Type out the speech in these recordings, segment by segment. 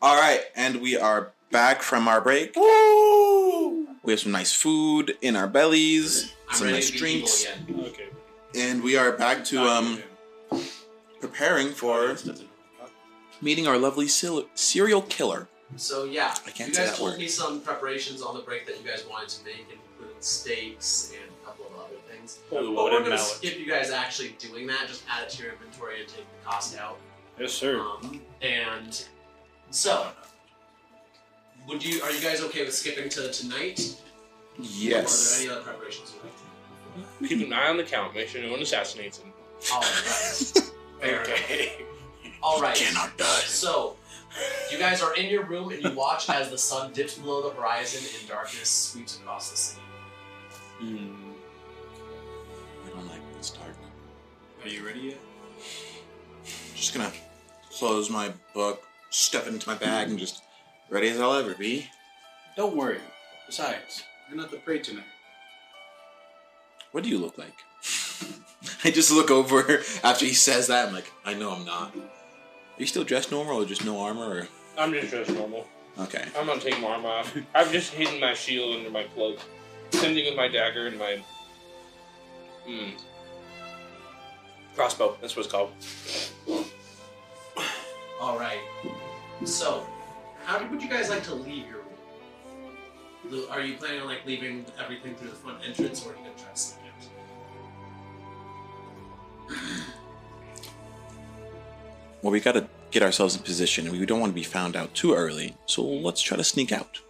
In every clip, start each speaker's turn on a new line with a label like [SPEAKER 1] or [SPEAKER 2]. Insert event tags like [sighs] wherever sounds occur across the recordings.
[SPEAKER 1] All right, and we are back from our break. We have some nice food in our bellies, some nice drinks,
[SPEAKER 2] Okay.
[SPEAKER 1] and we are back to Oh, um preparing for meeting our lovely sil- serial killer.
[SPEAKER 3] So yeah,
[SPEAKER 1] I can't
[SPEAKER 3] you
[SPEAKER 1] say
[SPEAKER 3] guys
[SPEAKER 1] that
[SPEAKER 3] told
[SPEAKER 1] word.
[SPEAKER 3] me some preparations on the break that you guys wanted to make, including steaks and a couple of other things.
[SPEAKER 2] Full
[SPEAKER 3] but
[SPEAKER 2] loaded
[SPEAKER 3] we're gonna
[SPEAKER 2] mallet.
[SPEAKER 3] skip you guys actually doing that. Just add it to your inventory and take the cost out.
[SPEAKER 2] Yes, sir.
[SPEAKER 3] Um, and so, would you? Are you guys okay with skipping to tonight? Or are
[SPEAKER 1] Yes.
[SPEAKER 3] there any other preparations you like?
[SPEAKER 4] Keep an eye on the count. Make sure no one assassinates him.
[SPEAKER 1] [laughs]
[SPEAKER 3] All right. Fair enough. All right. So, you guys are in your room and you watch as the sun dips below the horizon and darkness sweeps across the city.
[SPEAKER 1] Hmm. I don't like this dark.
[SPEAKER 2] Are you ready yet?
[SPEAKER 1] Just gonna close my book, step into my bag, and just ready as I'll ever be.
[SPEAKER 5] Don't worry. Besides, you're not the prey tonight.
[SPEAKER 1] What do you look like? [laughs] I just look over [laughs] after he says that. I'm like, I know I'm not. Are you still dressed normal or just no armor?
[SPEAKER 4] I'm just dressed normal.
[SPEAKER 1] Or... Okay.
[SPEAKER 4] I'm not taking my arm off. I've just hidden my shield under my cloak. Same thing with my dagger and my. Hmm. Crossbow. That's what it's called.
[SPEAKER 3] All right. So, how do- would you guys like to leave your room? Lu- Are you planning on like leaving everything through the front entrance, or are you gonna try to sneak out?
[SPEAKER 1] Well, we gotta get ourselves in position, and we don't want to be found out too early. So let's try to sneak out.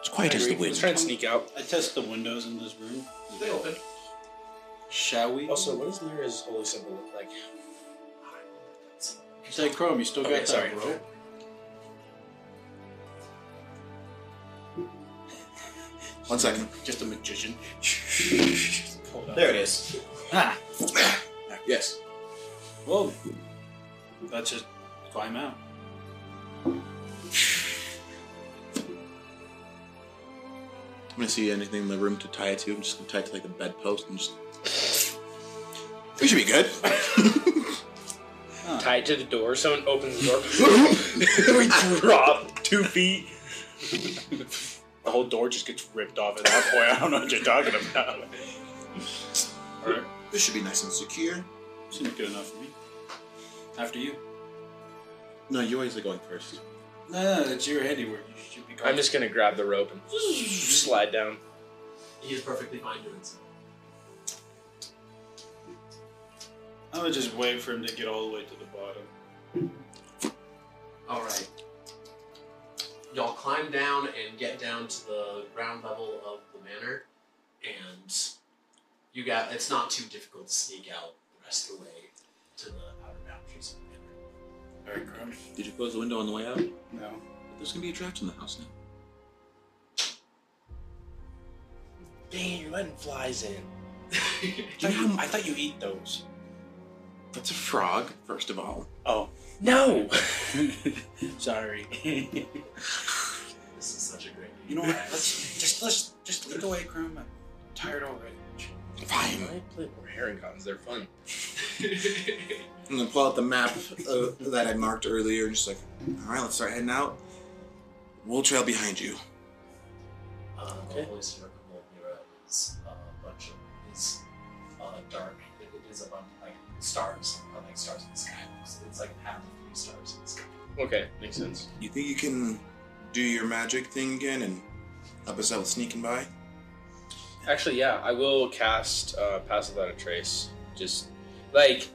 [SPEAKER 1] It's quiet as the
[SPEAKER 4] Let's try
[SPEAKER 1] wind.
[SPEAKER 4] and sneak out.
[SPEAKER 5] I test the windows in this room.
[SPEAKER 3] They open.
[SPEAKER 5] Shall we?
[SPEAKER 2] Also, what does Lyra's holy symbol look like?
[SPEAKER 5] Say, Chrome, you still
[SPEAKER 4] Okay,
[SPEAKER 5] got
[SPEAKER 4] sorry.
[SPEAKER 5] that rope?
[SPEAKER 1] One second.
[SPEAKER 5] Just a magician.
[SPEAKER 2] Hold on. Ah.
[SPEAKER 5] There it is. Ha!
[SPEAKER 1] Yes.
[SPEAKER 5] Whoa. Let's just climb out.
[SPEAKER 1] I'm gonna see anything in the room to tie it to. I'm just gonna tie it to like the bedpost and just. We should be good. [laughs]
[SPEAKER 4] Tie it to the door. Someone opens the
[SPEAKER 1] [laughs]
[SPEAKER 4] door. we drop two feet.
[SPEAKER 5] The whole door just gets ripped off at that point. I don't know what you're talking about. Alright.
[SPEAKER 1] this should be nice and secure.
[SPEAKER 5] Seems good enough for me. After you.
[SPEAKER 1] No, you always are going first.
[SPEAKER 5] No, no, that's your handiwork. You should be
[SPEAKER 4] I'm just gonna grab the rope and slide down.
[SPEAKER 3] He is perfectly fine doing so.
[SPEAKER 5] I would just wait for him to get all the way to the bottom.
[SPEAKER 3] All right. Y'all climb down and get down to the ground level of the manor, and you got. It's not too difficult to sneak out the rest of the way to the outer boundaries of the manor.
[SPEAKER 5] Alright, Chrome.
[SPEAKER 1] Did you close the window on the way out?
[SPEAKER 5] No.
[SPEAKER 1] There's gonna be a draft in the house now.
[SPEAKER 2] Dang, you're letting flies in.
[SPEAKER 1] Do you know how-
[SPEAKER 5] I thought you eat those.
[SPEAKER 1] That's a frog, first of all.
[SPEAKER 5] Oh.
[SPEAKER 4] No.
[SPEAKER 5] Sorry. you
[SPEAKER 3] [laughs] This is such a great.
[SPEAKER 5] know what? Let's just let's just lead the way, Chrome. I'm tired already.
[SPEAKER 1] Fine.
[SPEAKER 4] I play more herringons. They're fun.
[SPEAKER 1] I'm gonna pull out the map uh, that I marked earlier and just like, all right, let's start heading out. We'll trail behind you.
[SPEAKER 3] Uh,
[SPEAKER 4] Okay.
[SPEAKER 3] The voice of Rickable Mira is uh, a bunch of is uh, dark. It, it is a bunch of like stars, uh, like stars in the sky. So it's like half of three stars in the sky.
[SPEAKER 4] Okay, makes sense.
[SPEAKER 1] You think you can do your magic thing again and help us out with sneaking by?
[SPEAKER 4] Actually, yeah, I will cast uh, Pass Without a Trace. Just like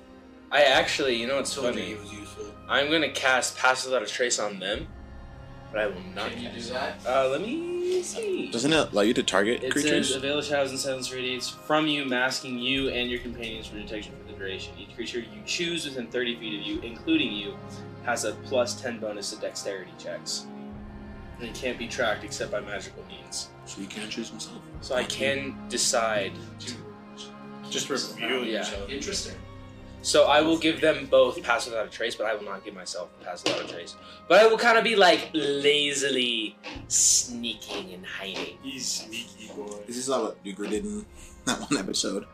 [SPEAKER 4] I actually, you know, it's
[SPEAKER 5] Told you
[SPEAKER 4] funny.
[SPEAKER 5] it was useful.
[SPEAKER 4] I'm gonna cast Pass Without a Trace on them, but I will not.
[SPEAKER 3] Can you do
[SPEAKER 4] cast.
[SPEAKER 3] that?
[SPEAKER 4] Uh, let me see.
[SPEAKER 1] Doesn't it allow you to target
[SPEAKER 4] It says avail a thousand silence radiates from you, masking you and your companions from detection for the duration. Each creature you choose within 30 feet of you, including you, has a plus 10 bonus to dexterity checks. And it can't be tracked except by magical means.
[SPEAKER 1] So you can't choose himself.
[SPEAKER 4] So I can decide.
[SPEAKER 5] Just review
[SPEAKER 4] Yeah.
[SPEAKER 5] each other.
[SPEAKER 3] Interesting.
[SPEAKER 4] So I will give them both pass without a trace, but I will not give myself pass without a trace. But I will kind of be like lazily sneaking and hiding.
[SPEAKER 5] He's sneaky boy.
[SPEAKER 1] [laughs] This is all what Dugra did in that one episode.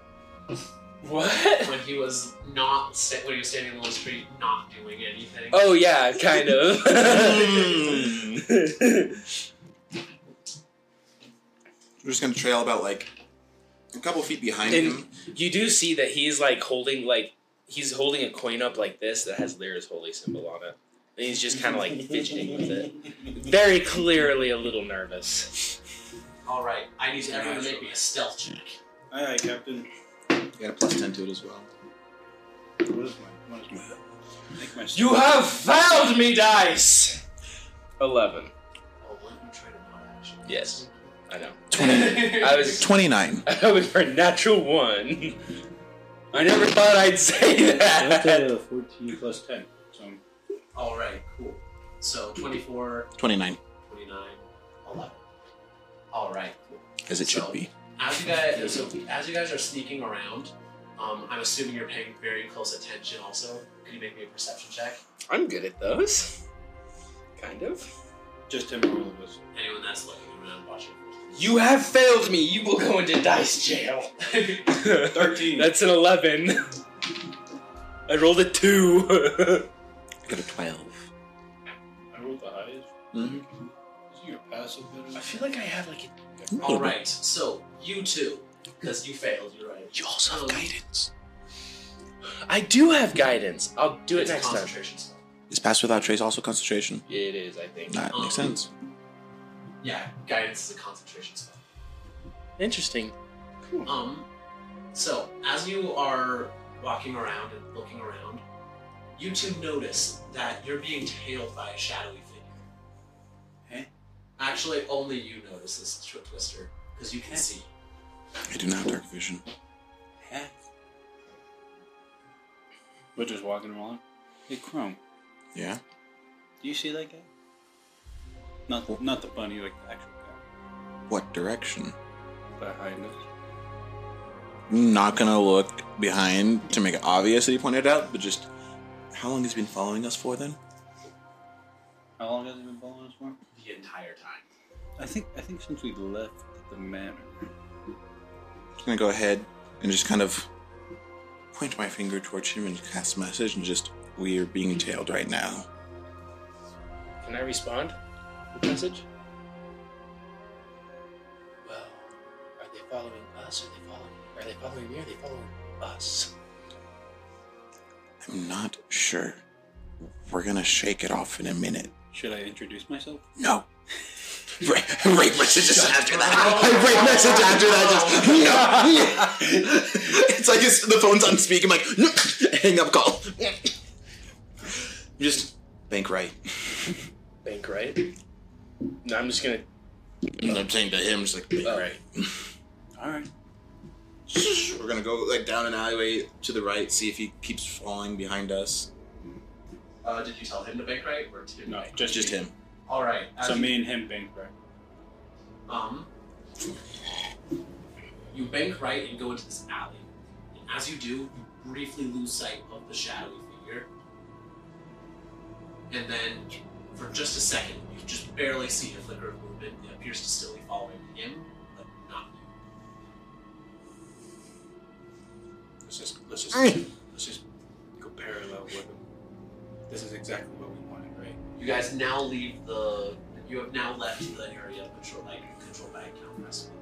[SPEAKER 4] What?
[SPEAKER 3] when he was not sta- when he was standing in the street, not doing anything.
[SPEAKER 4] Oh yeah, kind [laughs] of.
[SPEAKER 1] We're just gonna trail about like a couple feet behind
[SPEAKER 4] And-
[SPEAKER 1] him.
[SPEAKER 4] you do see that he's like holding like he's holding a coin up like this that has Lyra's holy symbol on it. And he's just kind of like fidgeting with it.
[SPEAKER 5] [laughs]
[SPEAKER 4] Very clearly a little nervous.
[SPEAKER 3] All right, I need everyone to make me
[SPEAKER 5] Naturally.
[SPEAKER 3] a stealth check.
[SPEAKER 5] All right, Captain.
[SPEAKER 1] You got a plus ten to it as well.
[SPEAKER 5] What is my? What is my? I think my
[SPEAKER 4] have found me, dice. Eleven.
[SPEAKER 3] Oh, let me try to not actually.
[SPEAKER 4] Yes. I know. [laughs]
[SPEAKER 3] I [laughs]
[SPEAKER 4] I was
[SPEAKER 1] Twenty-nine.
[SPEAKER 4] [laughs] I was for a natural one. I never thought I'd say
[SPEAKER 5] That's
[SPEAKER 4] that.
[SPEAKER 5] a fourteen plus ten. So I'm
[SPEAKER 3] All right, cool. So 24,
[SPEAKER 1] Twenty-nine,
[SPEAKER 3] 29, 11. All right, cool.
[SPEAKER 1] as it
[SPEAKER 3] So-
[SPEAKER 1] should be.
[SPEAKER 3] As you guys, so as you guys are sneaking around, um, I'm assuming you're paying very close attention. Also, can you make me a perception check?
[SPEAKER 4] I'm good at those. Kind of.
[SPEAKER 5] just him and all of us.
[SPEAKER 3] Anyone that's looking around, watching.
[SPEAKER 4] You have failed me. You will go into dice [laughs] jail.
[SPEAKER 5] Thirteen.
[SPEAKER 4] That's an 11. I rolled a [laughs] 2.
[SPEAKER 1] I got a twelve.
[SPEAKER 5] I rolled the highest. Mm-hmm.
[SPEAKER 1] Mhm.
[SPEAKER 5] Isn't your passive better?
[SPEAKER 2] I feel like I have like
[SPEAKER 4] [laughs]
[SPEAKER 2] a
[SPEAKER 3] All right, so you too, because you failed. You're right.
[SPEAKER 1] You also
[SPEAKER 3] Um,
[SPEAKER 1] have guidance.
[SPEAKER 4] I do have guidance. I'll do it
[SPEAKER 3] It's
[SPEAKER 4] next time.
[SPEAKER 3] concentration spell.
[SPEAKER 1] Is pass without trace also concentration?
[SPEAKER 4] It is, I think.
[SPEAKER 1] That makes
[SPEAKER 3] Um,
[SPEAKER 1] sense.
[SPEAKER 3] Yeah, guidance is a concentration spell.
[SPEAKER 4] Interesting.
[SPEAKER 3] Um, so as you are walking around and looking around, you two notice that you're being tailed by a shadowy figure.
[SPEAKER 5] Huh?
[SPEAKER 3] Actually, only you notice this, Twi- Twister, because you can see.
[SPEAKER 1] I do not have dark vision.
[SPEAKER 5] We're just walking along. Hey, Chrome.
[SPEAKER 1] Yeah.
[SPEAKER 5] Do you see that guy? Not the, not the bunny, like the actual guy
[SPEAKER 1] What direction?
[SPEAKER 5] behind us.
[SPEAKER 1] Not gonna look behind to make it obvious that he pointed out, but just how long has he been following us for then?
[SPEAKER 5] How long has he been following us for?
[SPEAKER 3] the entire time.
[SPEAKER 5] I think I think since we left the manor.
[SPEAKER 1] Just gonna go ahead and just kind of point my finger towards him and cast a message and just we are being tailed right now.
[SPEAKER 4] Can I respond with message?
[SPEAKER 2] well. Are they following us? Are they following? Are they following me? Are they following us?
[SPEAKER 1] I'm not sure. We're gonna shake it off in a minute.
[SPEAKER 5] Should I introduce myself?
[SPEAKER 1] No. Right, right message just after that. Right message after that. Just no. [laughs] It's like it's, the phone's on speak. I'm like, no, hang up call. Just bank right.
[SPEAKER 4] Bank, right? No, I'm just gonna.
[SPEAKER 1] And I'm saying to him, just like, bank right.
[SPEAKER 5] All right.
[SPEAKER 1] We're gonna go like down an alleyway to the right, see if he keeps falling behind us.
[SPEAKER 3] Uh, did you tell him to bank right or to
[SPEAKER 5] No,
[SPEAKER 1] Just, just him.
[SPEAKER 3] All right. as
[SPEAKER 5] So
[SPEAKER 3] you-
[SPEAKER 5] me and him banged right.
[SPEAKER 3] Um, you bank right and go into this alley. And as you do, you briefly lose sight of the shadowy figure. And then, for just a second, you just barely see a flicker of movement. It appears to still be following him, but not you.
[SPEAKER 5] Let's just let's just
[SPEAKER 1] Mm.
[SPEAKER 5] let's just go parallel with him. This is exactly what we wanted, right?
[SPEAKER 3] You guys now leave the. You have now left the area of control, like controlled by Count
[SPEAKER 5] [laughs]
[SPEAKER 3] Crestwood.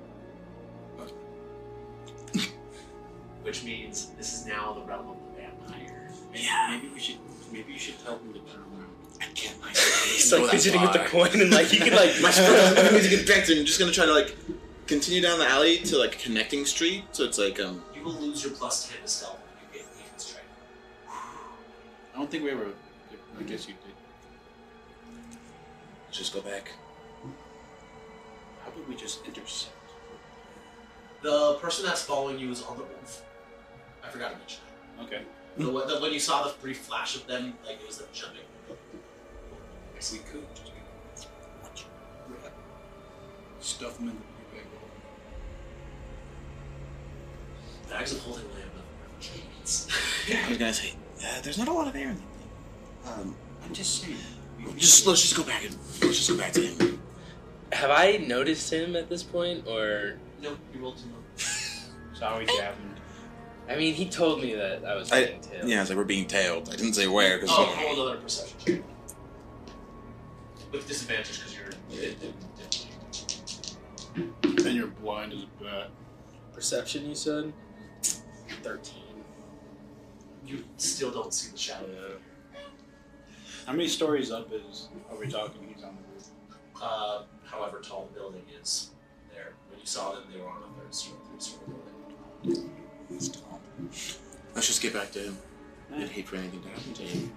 [SPEAKER 3] Which means this is now the realm of the vampire.
[SPEAKER 5] Yeah. Maybe we should maybe you should tell him to turn around.
[SPEAKER 1] I can't. I
[SPEAKER 4] He's
[SPEAKER 1] know
[SPEAKER 4] like
[SPEAKER 1] that
[SPEAKER 4] fidgeting with the
[SPEAKER 1] vibe.
[SPEAKER 4] coin [laughs] and like he could like.
[SPEAKER 1] [laughs] my spirit is connected. I'm just gonna try to like continue down the alley to like a connecting street. So it's like um.
[SPEAKER 3] You will lose your plus 10 to stealth when you get leave this train.
[SPEAKER 5] I don't think we ever I guess you did.
[SPEAKER 1] Let's just go back.
[SPEAKER 5] How about we just intercept?
[SPEAKER 3] The person that's following you is on the roof. I forgot to mention that.
[SPEAKER 5] Okay.
[SPEAKER 3] The, one- the, when you saw the brief flash of them, like it was them jumping.
[SPEAKER 5] We could just watch him. Stuff him in the bag.
[SPEAKER 3] Bags of holding lamb. of chickens.
[SPEAKER 1] I was gonna say uh, there's not a lot of air in that thing. Um,
[SPEAKER 5] I'm just saying. we-
[SPEAKER 1] just let's just go back and let's just go back to him.
[SPEAKER 4] Have I noticed him at this point, or
[SPEAKER 3] no, you rolled too low.
[SPEAKER 5] Sorry, Gavin.
[SPEAKER 4] I mean, he told me that I was
[SPEAKER 1] I-
[SPEAKER 4] being tailed.
[SPEAKER 1] Yeah, it's like we're being tailed. I didn't say where because
[SPEAKER 3] Oh, roll another perception check. With disadvantage because you're. it- it- it-
[SPEAKER 5] And you're blind as a bat.
[SPEAKER 4] Perception, you said? 13.
[SPEAKER 3] You still don't see the shadow.
[SPEAKER 5] How many stories up is are we talking? He's on the roof.
[SPEAKER 3] Uh, however tall the building is, there. When you saw them, they were on a third story, third story building.
[SPEAKER 1] Let's just get back to him.
[SPEAKER 5] I'd
[SPEAKER 1] hate for anything to happen to you.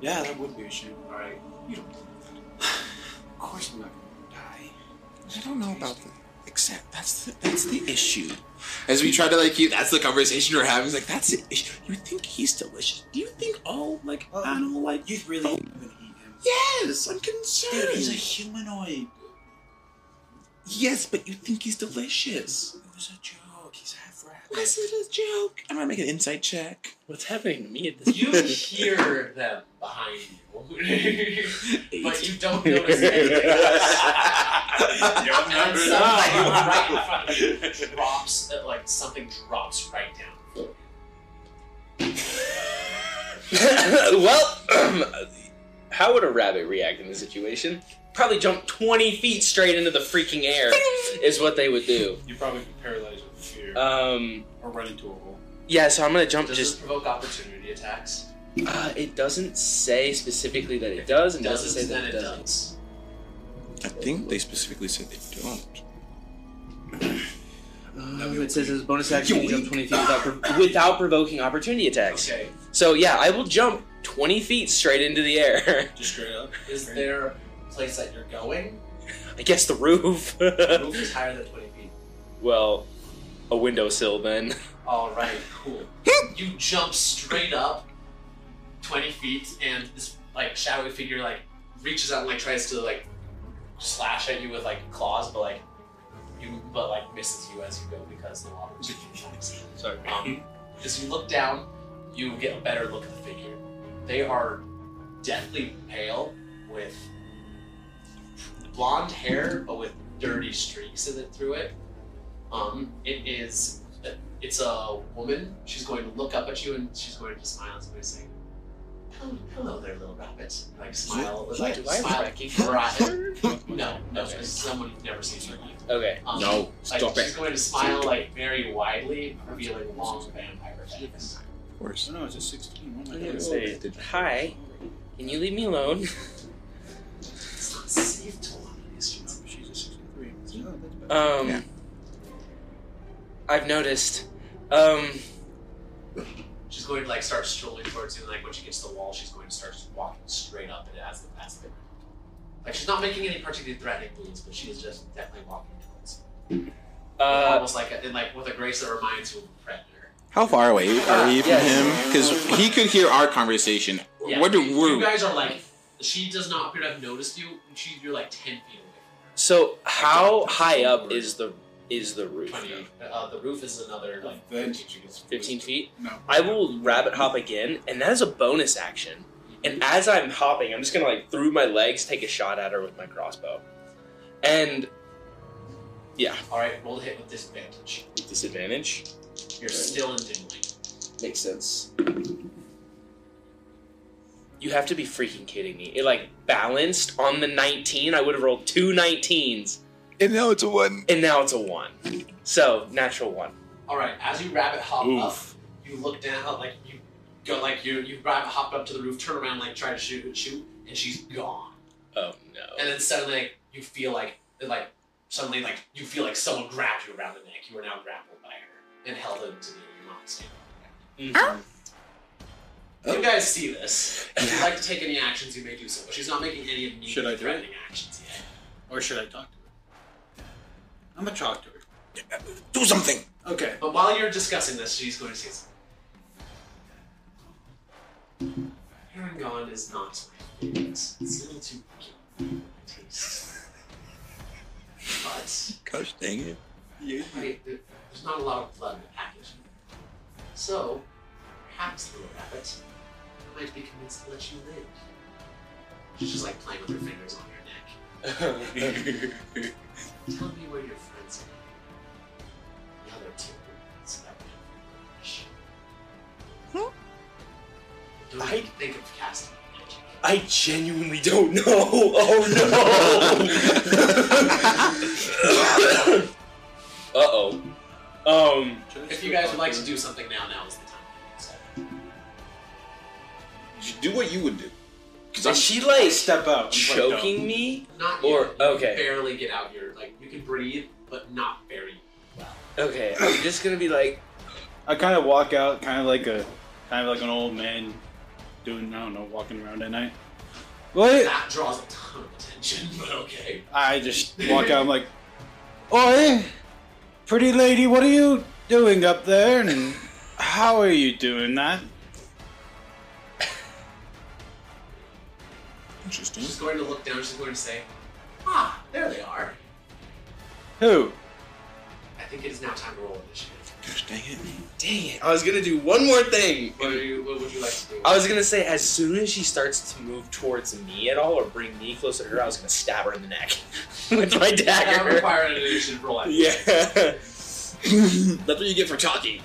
[SPEAKER 5] Yeah, that would be a shame.
[SPEAKER 3] All right.
[SPEAKER 5] Of course, I'm not gonna die.
[SPEAKER 1] I don't know about the except that's the that's the issue. As we try to like keep that's the conversation we're having. It's like that's the issue. You think he's delicious? Do you think all like
[SPEAKER 5] Oh.
[SPEAKER 1] animal like
[SPEAKER 5] You
[SPEAKER 4] Oh.
[SPEAKER 5] really haven't eaten him.
[SPEAKER 1] Yes, I'm concerned.
[SPEAKER 5] Dude, he's a [laughs] humanoid.
[SPEAKER 1] yes, but you think he's delicious.
[SPEAKER 5] It was a joke. He's half
[SPEAKER 1] Was
[SPEAKER 5] rabbit.
[SPEAKER 1] it a joke? I'm gonna make an insight [laughs] check.
[SPEAKER 4] What's happening to me at this
[SPEAKER 3] You
[SPEAKER 4] [laughs]
[SPEAKER 3] hear them behind you, but
[SPEAKER 4] [laughs]
[SPEAKER 3] you don't notice anything.
[SPEAKER 1] Eight.
[SPEAKER 5] Your [laughs]
[SPEAKER 3] And
[SPEAKER 5] numbers
[SPEAKER 3] something
[SPEAKER 5] are-
[SPEAKER 3] right in front of you drops, that like something drops right down.
[SPEAKER 4] [laughs] well, [clears throat] how would a rabbit react in this situation? Probably jump 20 feet straight into the freaking air, is what they would do.
[SPEAKER 5] You probably be paralyzed with fear
[SPEAKER 4] Um,
[SPEAKER 5] or run into a hole.
[SPEAKER 4] yeah, so I'm gonna jump
[SPEAKER 3] Does
[SPEAKER 4] just.
[SPEAKER 3] this provoke opportunity attacks?
[SPEAKER 4] Uh, it doesn't say specifically that it does, and doesn't, say that
[SPEAKER 3] then
[SPEAKER 4] it
[SPEAKER 3] it
[SPEAKER 4] doesn't.
[SPEAKER 3] does.
[SPEAKER 1] I think they specifically said they don't.
[SPEAKER 4] Um, it says as a bonus action, you
[SPEAKER 1] You
[SPEAKER 4] can jump 20 feet without, prov- without provoking opportunity attacks.
[SPEAKER 3] Okay.
[SPEAKER 4] So yeah, I will jump 20 feet straight into the air. [laughs]
[SPEAKER 5] Just straight up.
[SPEAKER 3] Is there a place that you're going?
[SPEAKER 4] I guess the roof. [laughs]
[SPEAKER 3] The roof is higher than 20 feet.
[SPEAKER 4] well, a windowsill then.
[SPEAKER 3] All right,
[SPEAKER 4] [laughs]
[SPEAKER 3] cool. you jump straight up 20 feet, and this like shadowy figure like reaches out and like tries to like slash at you with like claws, but like you but like misses you as you go because the water is
[SPEAKER 5] Sorry.
[SPEAKER 3] Um, as you look down, you get a better look at the figure. They are deathly pale with blonde hair, but with dirty streaks in it through it. Um, it is, it's a woman. She's going to look up at you and she's going to smile and she's going to say, "Hello- Hello there, little rabbit. Like smile,
[SPEAKER 1] What?
[SPEAKER 3] like
[SPEAKER 1] What?
[SPEAKER 3] smile.
[SPEAKER 4] Right.
[SPEAKER 3] No, no,
[SPEAKER 4] Okay.
[SPEAKER 3] it's someone you've never seen in your life.
[SPEAKER 4] Okay.
[SPEAKER 3] Um,
[SPEAKER 1] No,
[SPEAKER 3] like,
[SPEAKER 1] stop
[SPEAKER 3] she's
[SPEAKER 1] it.
[SPEAKER 3] going to smile like very widely, revealing long vampire fangs.
[SPEAKER 1] Of course.
[SPEAKER 5] No, no, it's a 16. Oh my
[SPEAKER 4] I'm
[SPEAKER 5] god.
[SPEAKER 4] gonna say, hi. Can you leave me alone?
[SPEAKER 3] It's not safe to lie. It's
[SPEAKER 5] No,
[SPEAKER 3] just-
[SPEAKER 5] she's a 63. No, that's bad.
[SPEAKER 4] Um,
[SPEAKER 1] Yeah.
[SPEAKER 4] I've noticed. Um,
[SPEAKER 3] She's going to like start strolling towards you, and like when she gets to the wall, she's going to start walking straight up and as the as the like she's not making any particularly threatening moves, but she is just definitely walking towards. you.
[SPEAKER 4] uh,
[SPEAKER 3] almost like a, and like with a grace that reminds you of a predator.
[SPEAKER 1] How far away are we from him?
[SPEAKER 4] Yes.
[SPEAKER 1] Because he could hear our conversation.
[SPEAKER 3] Yeah,
[SPEAKER 1] What do
[SPEAKER 3] you,
[SPEAKER 1] we?
[SPEAKER 3] you guys are like? She does not appear to have noticed you. and She you're like ten feet away.
[SPEAKER 4] so how high up is the is the roof?
[SPEAKER 3] From her. Twenty. Uh, the roof is another like.
[SPEAKER 5] Then did you get
[SPEAKER 4] 15 feet.
[SPEAKER 5] No.
[SPEAKER 4] I will rabbit hop again, and that is a bonus action. And as I'm hopping, I'm just gonna like through my legs take a shot at her with my crossbow, and
[SPEAKER 3] All right, roll to hit with disadvantage.
[SPEAKER 4] with disadvantage.
[SPEAKER 3] You're still in dimly.
[SPEAKER 4] Makes sense. You have to be freaking kidding me. It like balanced on the 19. I would have rolled two 19s,
[SPEAKER 1] And now it's a one.
[SPEAKER 4] and now it's a 1. So, natural 1.
[SPEAKER 3] All right, as you rabbit hop up,
[SPEAKER 5] Oof.
[SPEAKER 3] you look down, like you go, like you you rabbit hop up to the roof, turn around, like try to shoot, shoot, and she's gone.
[SPEAKER 4] Oh
[SPEAKER 3] And
[SPEAKER 4] no.
[SPEAKER 3] then suddenly, like, you feel like like suddenly like you feel like someone grabbed you around the neck. You are now grappled by her and held into the air. You're not standing.
[SPEAKER 4] Mhm.
[SPEAKER 3] on the ground.
[SPEAKER 5] Oh.
[SPEAKER 3] You guys see this. If you'd like to take any actions, you may do so. But she's not making any immediate
[SPEAKER 5] Should I do it?
[SPEAKER 3] threatening actions yet.
[SPEAKER 5] Or should I talk to her? I'm gonna talk to her.
[SPEAKER 1] Do something.
[SPEAKER 5] Okay.
[SPEAKER 3] But while you're discussing this, she's going to say something. Herringon is not my favorite. It's a little too picky for my taste. But
[SPEAKER 1] Gosh dang it.
[SPEAKER 3] I, there's not a lot of blood in the package. So, perhaps, little rabbit, I might be convinced to let you live. She's just like playing with her fingers on your neck.
[SPEAKER 4] [laughs]
[SPEAKER 3] Tell me where your friends are. The other two, so that we have a
[SPEAKER 4] I genuinely don't [laughs] know.
[SPEAKER 1] [coughs]
[SPEAKER 4] Oh no. uh oh. Um.
[SPEAKER 3] If you guys would like to do something now, now is the time. So,
[SPEAKER 1] [laughs] You do what you would do. Because I'm
[SPEAKER 4] Is she like
[SPEAKER 6] Step out.
[SPEAKER 4] choking me?
[SPEAKER 3] not
[SPEAKER 4] Or-
[SPEAKER 3] yet. You
[SPEAKER 4] okay.
[SPEAKER 3] Can barely get out here. Like you can breathe, but not very well.
[SPEAKER 4] Okay, I'm just gonna be like,
[SPEAKER 6] I kind of walk out, kind of like a, kind of like an old man, doing I don't know, walking around at night. What?
[SPEAKER 3] That draws a ton of attention, [laughs] but okay.
[SPEAKER 6] I just walk out. I'm like, "Oi, pretty lady, what are you doing up there? And how are you doing that?"
[SPEAKER 1] interesting.
[SPEAKER 3] She's going to look down. She's going to say, "Ah, there they are."
[SPEAKER 6] Who?
[SPEAKER 3] I think it is now time to roll initiative.
[SPEAKER 1] Gosh dang it.
[SPEAKER 4] dang it, I was gonna do one more thing.
[SPEAKER 3] What, are you, what would you like to do?
[SPEAKER 4] I was gonna say, as soon as she starts to move towards me at all or bring me closer to her, I was gonna stab her in the neck [laughs] with my
[SPEAKER 3] that would
[SPEAKER 4] dagger.
[SPEAKER 3] require an initiative roll. actually.
[SPEAKER 4] Yeah.
[SPEAKER 1] That's what you get for talking.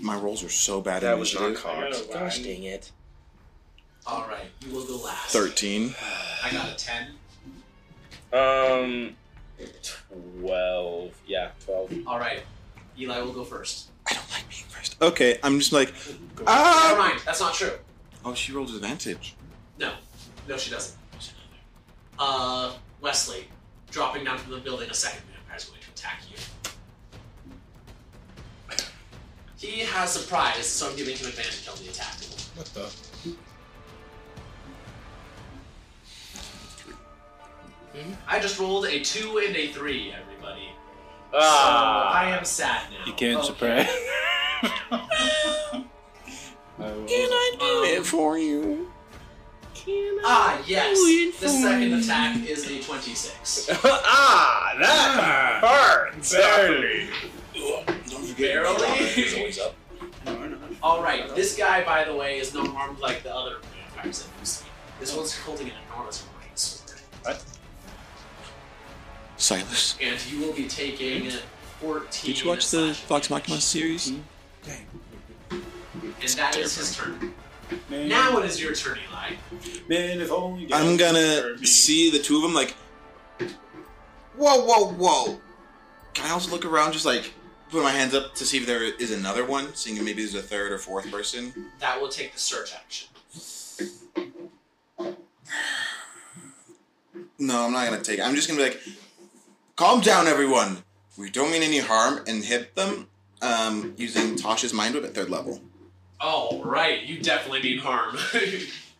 [SPEAKER 1] My rolls are so bad.
[SPEAKER 4] That
[SPEAKER 1] in
[SPEAKER 4] was
[SPEAKER 1] these
[SPEAKER 4] not
[SPEAKER 1] days.
[SPEAKER 4] cocked.
[SPEAKER 6] I gotta
[SPEAKER 4] Gosh
[SPEAKER 6] rhyme.
[SPEAKER 4] dang it.
[SPEAKER 3] All right, you will go last.
[SPEAKER 1] Thirteen.
[SPEAKER 3] I got a ten.
[SPEAKER 4] Um, twelve. Yeah, twelve.
[SPEAKER 3] All right, Eli will go first.
[SPEAKER 1] I don't like being first. Okay, I'm just like
[SPEAKER 3] Never
[SPEAKER 1] ah.
[SPEAKER 3] mind. That's not true.
[SPEAKER 1] Oh, she rolled advantage.
[SPEAKER 3] No, no, she doesn't. Uh, Wesley, dropping down from the building, a second vampire's going to attack you. He has surprise, so I'm giving him advantage on the attack.
[SPEAKER 7] What the?
[SPEAKER 3] I just rolled a two and a three, everybody.
[SPEAKER 4] Ah.
[SPEAKER 3] so I am sad now.
[SPEAKER 6] You can't
[SPEAKER 3] Okay.
[SPEAKER 6] surprise. I will-
[SPEAKER 3] Um,
[SPEAKER 7] Uh,
[SPEAKER 1] for you. [laughs]
[SPEAKER 3] Ah, yes. The second attack is a 26.
[SPEAKER 4] ah, that hurts.
[SPEAKER 6] Barely.
[SPEAKER 4] He's
[SPEAKER 3] Barely.
[SPEAKER 4] always up.
[SPEAKER 3] Alright, this guy, by the way, is not armed like the other vampires that you see. This one's holding an enormous great sword.
[SPEAKER 1] Silas,
[SPEAKER 3] And you will be taking 14.
[SPEAKER 1] did you watch the
[SPEAKER 3] slash
[SPEAKER 1] Vox Machina series?
[SPEAKER 3] And that is his turn. Now it is your turn, Eli.
[SPEAKER 6] man, if only.
[SPEAKER 1] I'm
[SPEAKER 6] Or
[SPEAKER 1] gonna
[SPEAKER 6] me.
[SPEAKER 1] see the two of them like. Whoa, whoa, whoa! Can I also look around, just like put my hands up to see if there is another one, seeing if maybe there's a third or fourth person?
[SPEAKER 3] That will take the search action.
[SPEAKER 1] No, I'm not gonna take it. I'm just gonna be like, calm down, everyone. We don't mean any harm, and hit them um, using Tasha's mind whip at third level.
[SPEAKER 3] Oh, right. You definitely
[SPEAKER 1] [laughs]
[SPEAKER 3] mean harm.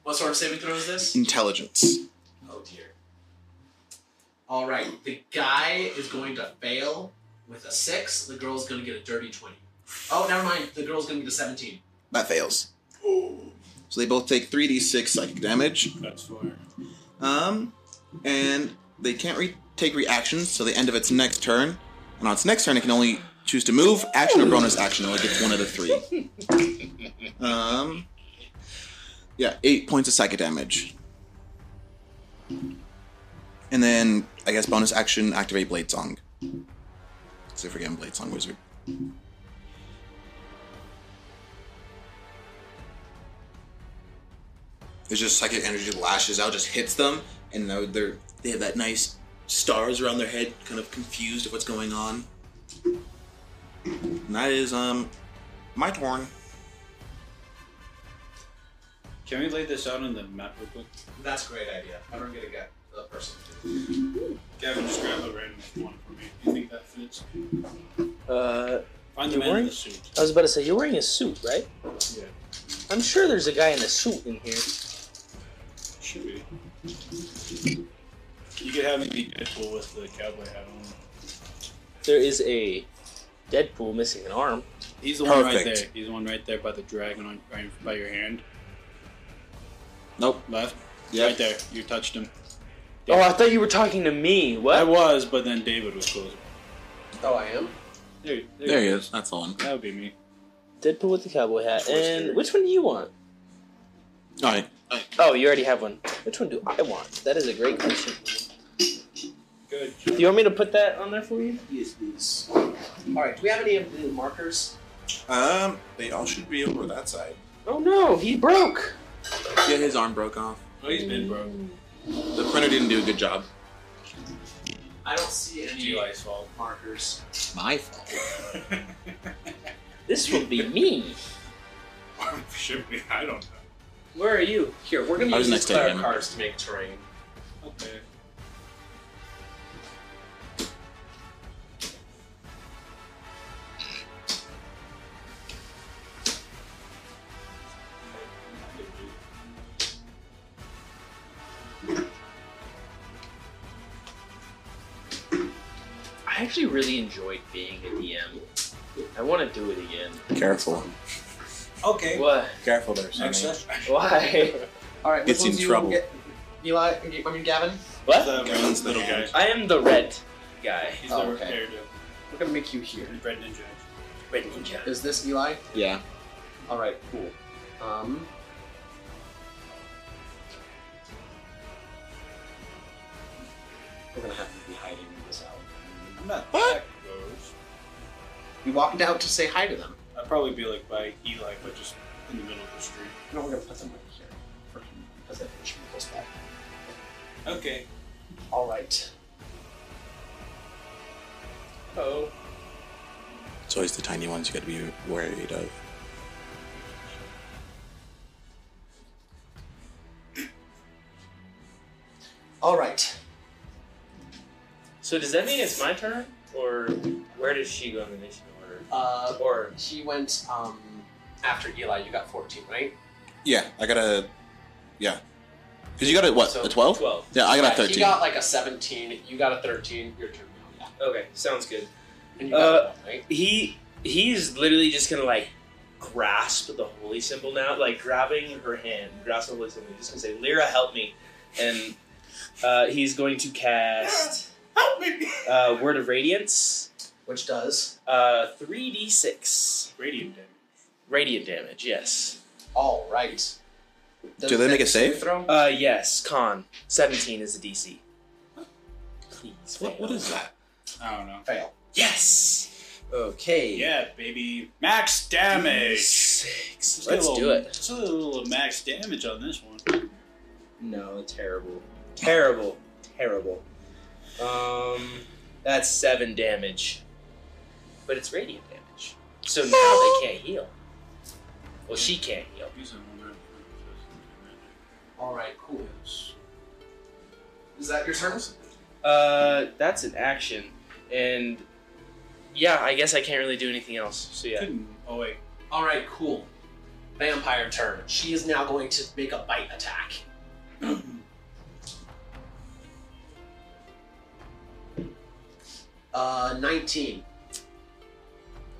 [SPEAKER 3] what sort of saving throw is this?
[SPEAKER 1] Intelligence.
[SPEAKER 3] Oh, dear. All right. The guy is going to fail with a 6. The girl's going to get a dirty 20. Oh, never mind. The girl's going to get a 17.
[SPEAKER 1] That fails. So they both take 3d6 psychic damage.
[SPEAKER 6] That's fire.
[SPEAKER 1] Um, and they can't re- take reactions till the end of its next turn. And on its next turn, it can only choose to move, action, or bonus action. It only gets one of the three. Um, yeah, eight points of psychic damage. And then, I guess, bonus action, activate Blade Song. Let's see if we get Blade Song Wizard. It's just psychic energy lashes out, just hits them, and now they're they have that nice stars around their head, kind of confused of what's going on. And that is um my turn.
[SPEAKER 6] Can we lay this out on the map real quick?
[SPEAKER 3] That's a great idea. Everyone get a guy. The person.
[SPEAKER 6] Gavin, just grab a random one for me. You think that fits?
[SPEAKER 8] Uh,
[SPEAKER 6] Find the
[SPEAKER 8] You're
[SPEAKER 6] man in
[SPEAKER 8] wearing-
[SPEAKER 6] the suit.
[SPEAKER 8] I was about to say you're wearing a suit, right?
[SPEAKER 6] Yeah.
[SPEAKER 8] I'm sure there's a guy in a suit in here.
[SPEAKER 6] Should be. You could have him be Deadpool with the cowboy hat on.
[SPEAKER 8] There is a Deadpool missing an arm.
[SPEAKER 6] He's the
[SPEAKER 1] one
[SPEAKER 6] one
[SPEAKER 1] right
[SPEAKER 6] right
[SPEAKER 1] Perfect.
[SPEAKER 6] there. He's the one right there by the dragon on right by your hand.
[SPEAKER 1] Nope.
[SPEAKER 6] Left.
[SPEAKER 1] Yeah.
[SPEAKER 6] Right there. You touched him.
[SPEAKER 8] Oh, I thought you were talking to me.
[SPEAKER 6] I
[SPEAKER 8] What?
[SPEAKER 6] was, but then David was closer.
[SPEAKER 3] Oh, I am?
[SPEAKER 6] There, there,
[SPEAKER 1] There he is. That's the one.
[SPEAKER 6] That would be me.
[SPEAKER 8] Deadpool with the cowboy hat. And which one do you want?
[SPEAKER 1] Alright.
[SPEAKER 8] Oh, you already have one. Which one do I want? That is a great question.
[SPEAKER 6] Good.
[SPEAKER 8] Do you want me to put that on there for you?
[SPEAKER 3] Yes, please. Alright, do we have any of the markers?
[SPEAKER 1] Um they all should be over that side.
[SPEAKER 8] Oh no, he broke.
[SPEAKER 1] Yeah, his arm broke off.
[SPEAKER 9] Oh, he's been broke.
[SPEAKER 1] The printer didn't do a good job.
[SPEAKER 9] I don't see any markers.
[SPEAKER 1] My fault.
[SPEAKER 10] This will be
[SPEAKER 6] [laughs]
[SPEAKER 10] me.
[SPEAKER 6] Should be. I don't
[SPEAKER 10] Where are you? Here, we're gonna
[SPEAKER 1] I was
[SPEAKER 10] use
[SPEAKER 1] next
[SPEAKER 10] this
[SPEAKER 1] to
[SPEAKER 10] cleric
[SPEAKER 1] him.
[SPEAKER 10] cards to make terrain.
[SPEAKER 6] know. Okay.
[SPEAKER 10] I actually really enjoyed being a DM. I want to do it again.
[SPEAKER 1] Careful.
[SPEAKER 2] Okay.
[SPEAKER 10] What?
[SPEAKER 1] Careful there,
[SPEAKER 2] Next
[SPEAKER 1] Sonny.
[SPEAKER 2] session.
[SPEAKER 1] [laughs]
[SPEAKER 10] Why?
[SPEAKER 2] All right.
[SPEAKER 1] Gets
[SPEAKER 2] which
[SPEAKER 1] in
[SPEAKER 2] ones you
[SPEAKER 1] trouble.
[SPEAKER 2] get- Eli, I mean Gavin.
[SPEAKER 10] What?
[SPEAKER 1] Gavin's
[SPEAKER 6] Little guy.
[SPEAKER 10] I am the red guy.
[SPEAKER 6] He's
[SPEAKER 2] Oh,
[SPEAKER 6] the
[SPEAKER 2] okay.
[SPEAKER 6] there
[SPEAKER 2] We're gonna make you here.
[SPEAKER 6] the bread ninja.
[SPEAKER 10] Red ninja.
[SPEAKER 2] Is this Eli?
[SPEAKER 1] Yeah.
[SPEAKER 2] All right. Cool. Um. We're gonna have to be hiding this out.
[SPEAKER 6] I'm not
[SPEAKER 1] What?
[SPEAKER 6] that close.
[SPEAKER 2] You walked out to say hi to them.
[SPEAKER 6] I'd probably be like by Eli, but just in the middle of the street.
[SPEAKER 2] No, we're gonna put them right here. We're gonna- Because that should be close by.
[SPEAKER 6] Okay.
[SPEAKER 2] All right.
[SPEAKER 4] Oh.
[SPEAKER 1] It's always the tiny ones you gotta be wary of.
[SPEAKER 2] All right.
[SPEAKER 4] So does that mean it's my turn, or where does she go in the initiative order?
[SPEAKER 2] Uh,
[SPEAKER 4] Or
[SPEAKER 2] he went. Um.
[SPEAKER 9] After Eli, you got 14, right?
[SPEAKER 1] Yeah, I got a. Yeah. Because you got a what?
[SPEAKER 9] So,
[SPEAKER 1] a 12?
[SPEAKER 4] twelve.
[SPEAKER 1] Yeah, I got a
[SPEAKER 9] Yeah,
[SPEAKER 1] 13.
[SPEAKER 9] He got like a 17. You got a 13. Your turn now. Yeah.
[SPEAKER 4] Okay, sounds good.
[SPEAKER 9] And you got
[SPEAKER 4] Uh,
[SPEAKER 9] a one, right?
[SPEAKER 4] He he's literally just gonna like grasp the holy symbol now, like grabbing her hand, grasp the holy symbol. He's just gonna say, "Lyra, help me," and uh, he's going to cast
[SPEAKER 6] [laughs] Help me!
[SPEAKER 4] uh, Word of Radiance, uh,
[SPEAKER 2] Which does
[SPEAKER 4] three d six
[SPEAKER 6] Radiant damage.
[SPEAKER 4] radiant damage. Yes.
[SPEAKER 2] all right. Does
[SPEAKER 1] Do they
[SPEAKER 2] it
[SPEAKER 1] make a
[SPEAKER 2] saving
[SPEAKER 1] save?
[SPEAKER 2] Throw?
[SPEAKER 4] Uh, yes. Con seventeen is the DC. Please.
[SPEAKER 1] What, what
[SPEAKER 4] fail.
[SPEAKER 1] is that?
[SPEAKER 6] I don't know.
[SPEAKER 2] Fail.
[SPEAKER 4] Yes. Okay.
[SPEAKER 6] Yeah, baby. Max damage.
[SPEAKER 4] Six.
[SPEAKER 6] Let's get a
[SPEAKER 10] Let's
[SPEAKER 6] little-
[SPEAKER 10] do it.
[SPEAKER 6] Let's do a little max damage on this one.
[SPEAKER 4] No, terrible. Terrible. Terrible. Um, that's seven damage. But it's radiant damage. So now they can't heal. Well, she can't heal.
[SPEAKER 6] Use a moment.
[SPEAKER 9] All right, cool.
[SPEAKER 3] Is that your turn?
[SPEAKER 4] Uh, that's an action. And yeah, I guess I can't really do anything else. So yeah.
[SPEAKER 6] Couldn't- Oh wait.
[SPEAKER 9] All right, cool. Vampire turn. She is now going to make a bite attack.
[SPEAKER 3] [clears throat] Uh, 19.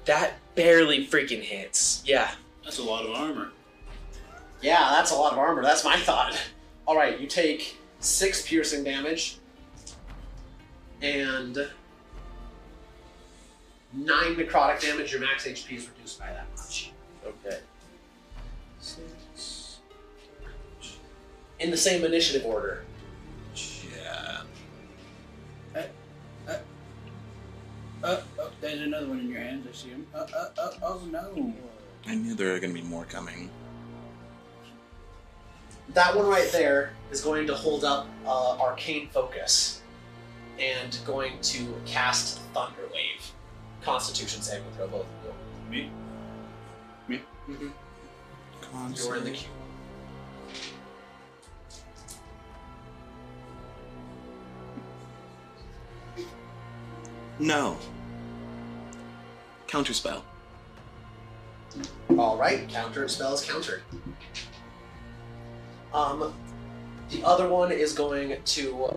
[SPEAKER 4] That barely freaking hits. Yeah.
[SPEAKER 6] That's a lot of armor.
[SPEAKER 3] Yeah, that's a lot of armor. That's my thought. All right, you take six piercing damage and nine necrotic damage. Your max HP is reduced by that much.
[SPEAKER 4] Okay.
[SPEAKER 3] In the same initiative order.
[SPEAKER 1] Yeah.
[SPEAKER 6] Uh, oh, there's another one in your hands. I see him. Uh, uh, uh, oh no.
[SPEAKER 1] I knew there were gonna be more coming.
[SPEAKER 3] That one right there is going to hold up uh, Arcane Focus and going to cast Thunder Wave. Constitution saving throw, both of you. You're in the queue.
[SPEAKER 1] No. Counterspell.
[SPEAKER 3] All right, counter spell is countered. Um, the other one is going to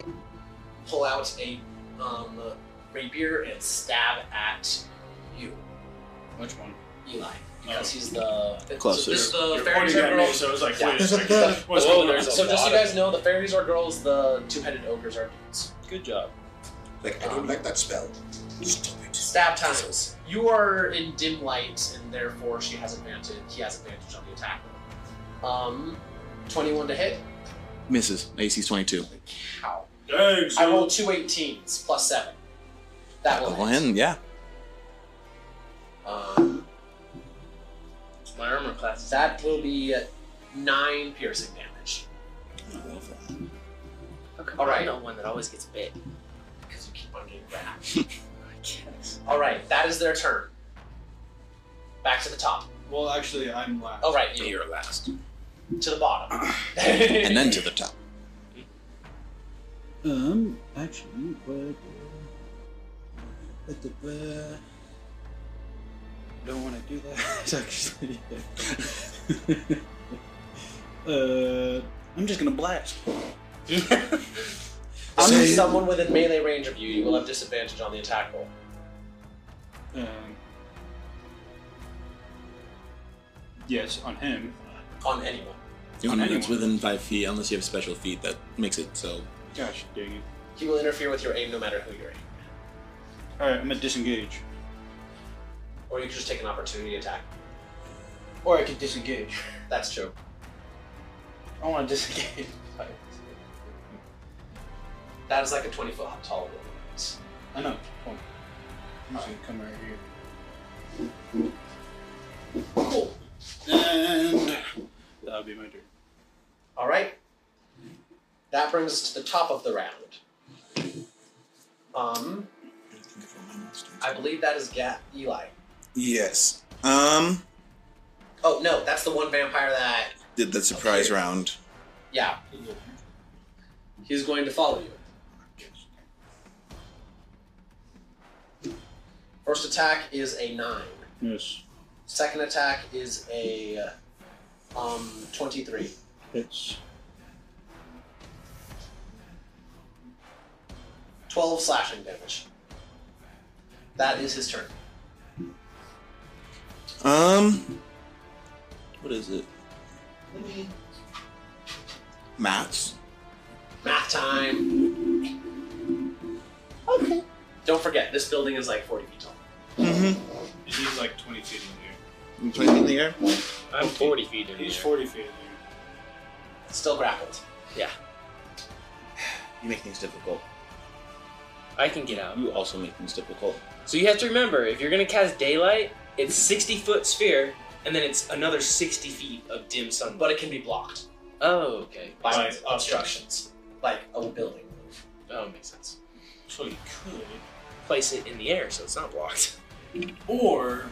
[SPEAKER 3] pull out a um, rapier and stab at you,
[SPEAKER 6] Which one?
[SPEAKER 3] Eli, because he's the
[SPEAKER 1] Closer.
[SPEAKER 3] So this is the
[SPEAKER 6] You're
[SPEAKER 3] fairies
[SPEAKER 6] pointing
[SPEAKER 3] are
[SPEAKER 6] at me,
[SPEAKER 3] girls.
[SPEAKER 6] so I was like,
[SPEAKER 3] Yeah.
[SPEAKER 6] wait [laughs] a second. What's
[SPEAKER 4] Whoa,
[SPEAKER 6] going
[SPEAKER 4] there's
[SPEAKER 6] on?
[SPEAKER 4] a
[SPEAKER 3] So just so
[SPEAKER 4] lot
[SPEAKER 3] you guys know, the fairies are girls. The two-headed ogres are dudes.
[SPEAKER 4] Good job.
[SPEAKER 2] Like I don't like that spell.
[SPEAKER 3] Stab times. You are in dim light, and therefore she has advantage. He has advantage on the attack. roll. Um, twenty-one to hit.
[SPEAKER 1] Misses. AC's 22.
[SPEAKER 3] How?
[SPEAKER 6] Dang,
[SPEAKER 3] I
[SPEAKER 6] so
[SPEAKER 3] rolled two 18s plus seven. That will
[SPEAKER 1] Well,
[SPEAKER 3] hit.
[SPEAKER 1] him, Oh, yeah.
[SPEAKER 3] Um,
[SPEAKER 4] My armor class is
[SPEAKER 3] that will be uh, nine piercing damage.
[SPEAKER 1] I love that.
[SPEAKER 4] How come
[SPEAKER 3] All right.
[SPEAKER 4] I'm the one that always gets bit?
[SPEAKER 3] Because you keep on getting
[SPEAKER 1] [laughs]
[SPEAKER 3] wrapped.
[SPEAKER 4] I guess.
[SPEAKER 3] All right, that is their turn. Back to the top.
[SPEAKER 6] Well, actually, I'm last.
[SPEAKER 3] All right, you
[SPEAKER 1] You're last.
[SPEAKER 3] to the bottom.
[SPEAKER 1] [coughs] And then to the top.
[SPEAKER 11] Um, actually, what? What the? Uh, don't want to do that.
[SPEAKER 6] [laughs]
[SPEAKER 11] actually, uh, I'm just gonna blast.
[SPEAKER 3] Unless
[SPEAKER 1] Say-
[SPEAKER 3] someone within melee range of you, you will have disadvantage on the attack roll.
[SPEAKER 6] Um, yes, on him.
[SPEAKER 3] On anyone.
[SPEAKER 1] You
[SPEAKER 6] On
[SPEAKER 1] know, it's
[SPEAKER 6] anyone.
[SPEAKER 1] within five feet, unless you have special feet that makes it so.
[SPEAKER 6] Gosh dang it!
[SPEAKER 3] He will interfere with your aim no matter who you're aiming.
[SPEAKER 6] All right, I'm gonna disengage.
[SPEAKER 3] at. Or you can just take an opportunity attack.
[SPEAKER 11] Or I could disengage.
[SPEAKER 3] That's true.
[SPEAKER 11] I want to disengage.
[SPEAKER 3] That is like a 20 foot tall wall.
[SPEAKER 6] I know. Hold on. I'm just gonna come right here.
[SPEAKER 3] Cool.
[SPEAKER 6] And that'll be my turn.
[SPEAKER 3] All right. That brings us to the top of the round. Um, I believe that is Gat Eli.
[SPEAKER 1] Yes. Um,
[SPEAKER 3] Oh no, that's the one vampire that.
[SPEAKER 1] did the surprise round.
[SPEAKER 3] Yeah. He's going to follow you. First attack is a nine.
[SPEAKER 6] Yes,
[SPEAKER 3] Second attack is a um twenty-three.
[SPEAKER 6] hits.
[SPEAKER 3] 12 slashing damage. That is his turn.
[SPEAKER 1] Um, what is it? Maths.
[SPEAKER 3] Math time. Okay. Don't forget, this building is like 40 feet tall.
[SPEAKER 1] Mm-hmm.
[SPEAKER 6] It needs like 20 feet in here.
[SPEAKER 1] in the air.
[SPEAKER 4] I'm 40 feet in
[SPEAKER 6] He's
[SPEAKER 4] here.
[SPEAKER 6] 40 feet in here.
[SPEAKER 3] Still grappled.
[SPEAKER 1] You make things difficult.
[SPEAKER 4] I can get out.
[SPEAKER 1] You also make things difficult.
[SPEAKER 4] So you have to remember, if you're gonna cast daylight, it's 60 foot sphere, and then it's another 60 feet of dim sunlight.
[SPEAKER 3] But it can be blocked
[SPEAKER 4] Oh, okay.
[SPEAKER 3] by
[SPEAKER 6] Right, okay.
[SPEAKER 3] obstructions, like a building.
[SPEAKER 4] Oh, makes sense.
[SPEAKER 6] So you could,
[SPEAKER 4] Place it in the air so it's not [laughs] blocked.
[SPEAKER 6] or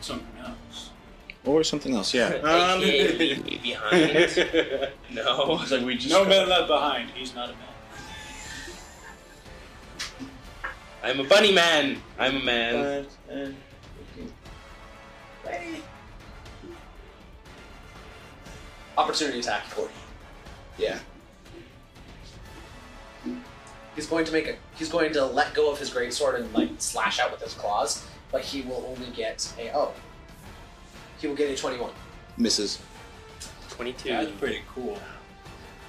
[SPEAKER 6] something else.
[SPEAKER 1] Or something else, yeah.
[SPEAKER 4] AKA leave [laughs] me behind. Um, [laughs] No.
[SPEAKER 12] It's like we just
[SPEAKER 6] no
[SPEAKER 12] got-
[SPEAKER 6] man left behind. He's not a man.
[SPEAKER 4] I'm a bunny man. I'm a man.
[SPEAKER 3] Opportunity attack for you.
[SPEAKER 1] Yeah.
[SPEAKER 3] He's going to make a. He's going to let go of his greatsword and like slash out with his claws, but he will only get a. Oh. He will get a 21.
[SPEAKER 1] Misses.
[SPEAKER 4] 22.
[SPEAKER 6] That's pretty cool.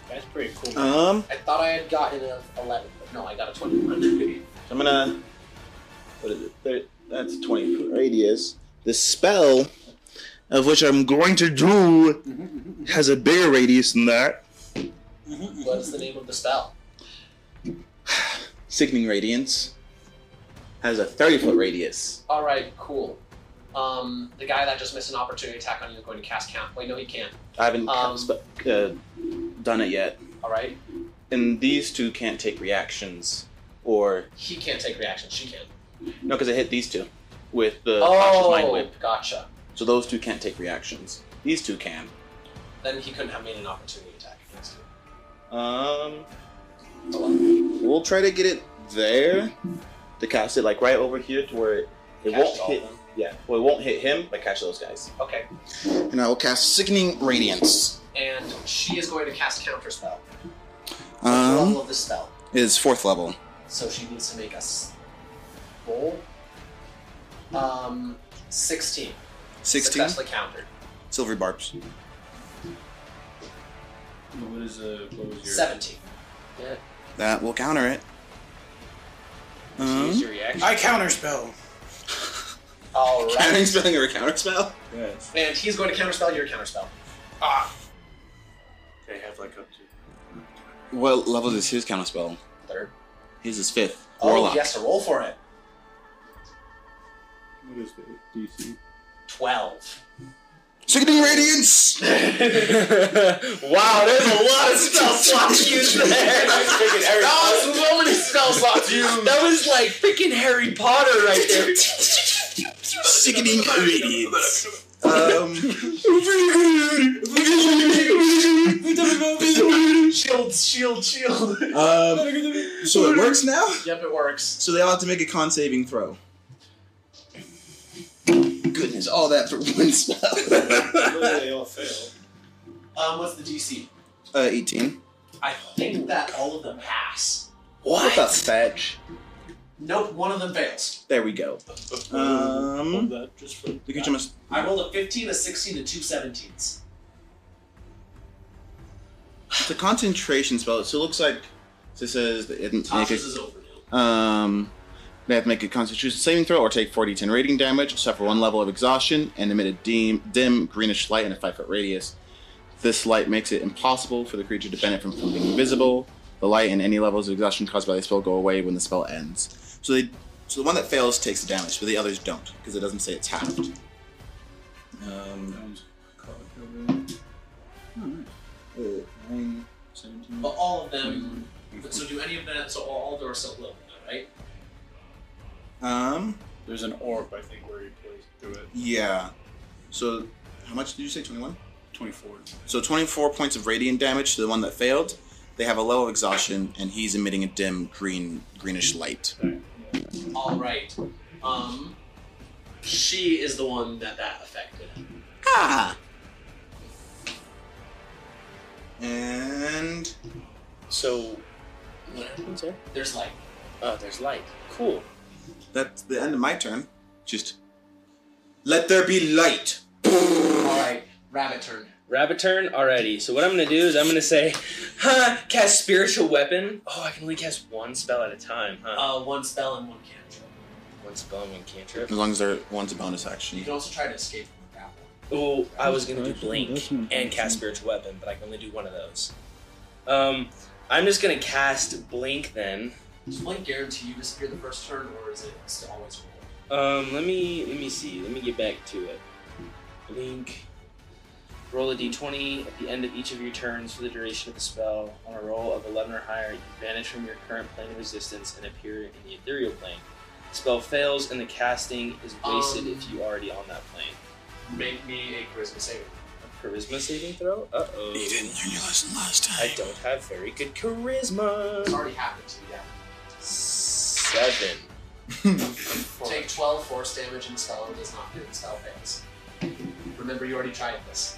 [SPEAKER 6] That's pretty cool.
[SPEAKER 1] Um,
[SPEAKER 3] I thought I had gotten a 11. but No, I got a 21.
[SPEAKER 1] I'm gonna. What is it? There, that's 20 foot radius. The spell, of which I'm going to do, has a bigger radius than that.
[SPEAKER 3] what is the name of the spell?
[SPEAKER 1] Sickening Radiance has a 30 foot radius.
[SPEAKER 3] All right, cool. Um, the guy that just missed an opportunity attack on you is going to cast count. Wait, no, he can't.
[SPEAKER 1] I haven't
[SPEAKER 3] Um,
[SPEAKER 1] spe- uh, done it yet.
[SPEAKER 3] All right,
[SPEAKER 1] And these two can't take reactions, or
[SPEAKER 3] he can't take reactions. She can.
[SPEAKER 1] no, because I hit these two with the conscious
[SPEAKER 3] oh,
[SPEAKER 1] mind whip.
[SPEAKER 3] gotcha.
[SPEAKER 1] So those two can't take reactions. These two can.
[SPEAKER 3] Then he couldn't have made an opportunity attack against you.
[SPEAKER 1] Um, we'll try to get it there to cast it like right over here to where it, it
[SPEAKER 3] Catches
[SPEAKER 1] won't
[SPEAKER 3] all
[SPEAKER 1] hit.
[SPEAKER 3] of them.
[SPEAKER 1] Yeah, well, it won't hit him, but catch those guys.
[SPEAKER 3] Okay,
[SPEAKER 1] And I will cast sickening radiance.
[SPEAKER 3] and she is going to cast counter spell. level
[SPEAKER 1] Um,
[SPEAKER 3] of the spell,
[SPEAKER 1] is fourth level.
[SPEAKER 3] so she needs to make us roll. Um, sixteen.
[SPEAKER 1] 16
[SPEAKER 3] Successfully countered.
[SPEAKER 1] silver barbs.
[SPEAKER 6] What is uh, what was your
[SPEAKER 3] Seventeen.
[SPEAKER 1] That will counter it.
[SPEAKER 4] Use
[SPEAKER 1] Um,
[SPEAKER 4] your reaction.
[SPEAKER 11] I counterspell.
[SPEAKER 1] [laughs]
[SPEAKER 3] All right.
[SPEAKER 1] spelling or counter spell?
[SPEAKER 6] Yes.
[SPEAKER 3] And he's going to counterspell your counterspell.
[SPEAKER 6] They have like up to.
[SPEAKER 1] What level is his counter spell?
[SPEAKER 3] Third.
[SPEAKER 1] His is fifth.
[SPEAKER 3] Oh,
[SPEAKER 1] Warlock.
[SPEAKER 3] yes, a roll for it.
[SPEAKER 6] What is the DC?
[SPEAKER 3] Twelve.
[SPEAKER 1] Sickening radiance.
[SPEAKER 4] wow, there's a lot of spell [laughs] slots used there. Freaking Harry Potter.
[SPEAKER 13] so many spell slots
[SPEAKER 4] That was like freaking Harry Potter right there.
[SPEAKER 1] Sickening radiance. Um,
[SPEAKER 13] Shield, shield, shield.
[SPEAKER 1] um, so it works now.
[SPEAKER 3] Yep, it works.
[SPEAKER 1] So they all have to make a con saving throw. Goodness, all that for one spell.
[SPEAKER 6] they all fail.
[SPEAKER 3] Um, what's the DC?
[SPEAKER 1] [laughs] uh, 18.
[SPEAKER 3] I think that all of them pass.
[SPEAKER 1] What the fetch?
[SPEAKER 3] Nope, one of them fails.
[SPEAKER 1] There we go.
[SPEAKER 6] [laughs] Hold
[SPEAKER 1] Um,
[SPEAKER 6] that just for.
[SPEAKER 1] the creature must.
[SPEAKER 3] I rolled a 15, a 16, and two 17s.
[SPEAKER 1] It's a concentration spell, so it looks like this is. It,
[SPEAKER 13] Tasha's is over now.
[SPEAKER 1] Um, they have to make a constitution saving throw or take 4d10 rating damage, suffer one level of exhaustion, and emit a dim, dim greenish light in a 5 foot radius. This light makes it impossible for the creature to benefit from being invisible. The light and any levels of exhaustion caused by the spell go away when the spell ends. So they, so the one that fails takes the damage, but the others don't because it doesn't say it's halved. Um,
[SPEAKER 6] Oh,
[SPEAKER 1] uh, nine, 17.
[SPEAKER 3] But all of them. But so do any of them? So all of them are still living, though, right?
[SPEAKER 1] Um,
[SPEAKER 6] There's an orb, I think, where you play through it.
[SPEAKER 1] yeah. So how much did you say? Twenty one.
[SPEAKER 6] 24.
[SPEAKER 1] So 24 points of radiant damage to the one that failed. They have a level of exhaustion, and he's emitting a dim green greenish light.
[SPEAKER 13] All right. Um, she is the one that that affected.
[SPEAKER 1] Ah! And
[SPEAKER 4] So, what happens there?
[SPEAKER 3] There's like
[SPEAKER 4] Oh, there's light. Cool.
[SPEAKER 1] that's the end of my turn. Just let there be light.
[SPEAKER 3] all right, rabbit turn.
[SPEAKER 4] Rabbit turn already. So what I'm gonna do is I'm gonna say, huh, cast spiritual weapon. Oh, I can only cast one spell at a time, huh?
[SPEAKER 3] Uh, one spell and one cantrip.
[SPEAKER 4] One spell and one cantrip.
[SPEAKER 1] As long as there one's a bonus
[SPEAKER 3] You
[SPEAKER 1] action.
[SPEAKER 3] can also try to escape from that one.
[SPEAKER 4] Oh, I was gonna do blink
[SPEAKER 6] That's an
[SPEAKER 4] and cast spiritual weapon, but I can only do one of those. Um, I'm just gonna cast blink then.
[SPEAKER 3] Does Blink guarantee you disappear the first turn, or is it still always roll?
[SPEAKER 4] Um, let me let me see. Let me get back to it. Blink. Roll a d20 at the end of each of your turns for the duration of the spell. On a roll of 11 or higher, you vanish from your current plane of existence and appear in the ethereal plane. The spell fails, and the casting is wasted
[SPEAKER 13] Um.
[SPEAKER 4] if you already on that plane.
[SPEAKER 13] Make me a charisma saving.
[SPEAKER 4] A charisma saving throw? Uh
[SPEAKER 1] You
[SPEAKER 4] oh.
[SPEAKER 1] didn't learn your lesson last
[SPEAKER 4] I
[SPEAKER 1] time.
[SPEAKER 4] don't have very good charisma.
[SPEAKER 3] It's already happened to you. Yeah.
[SPEAKER 4] Seven.
[SPEAKER 1] [laughs]
[SPEAKER 3] Take 12 force damage and spell does not do the spell fails. Remember, you already tried this.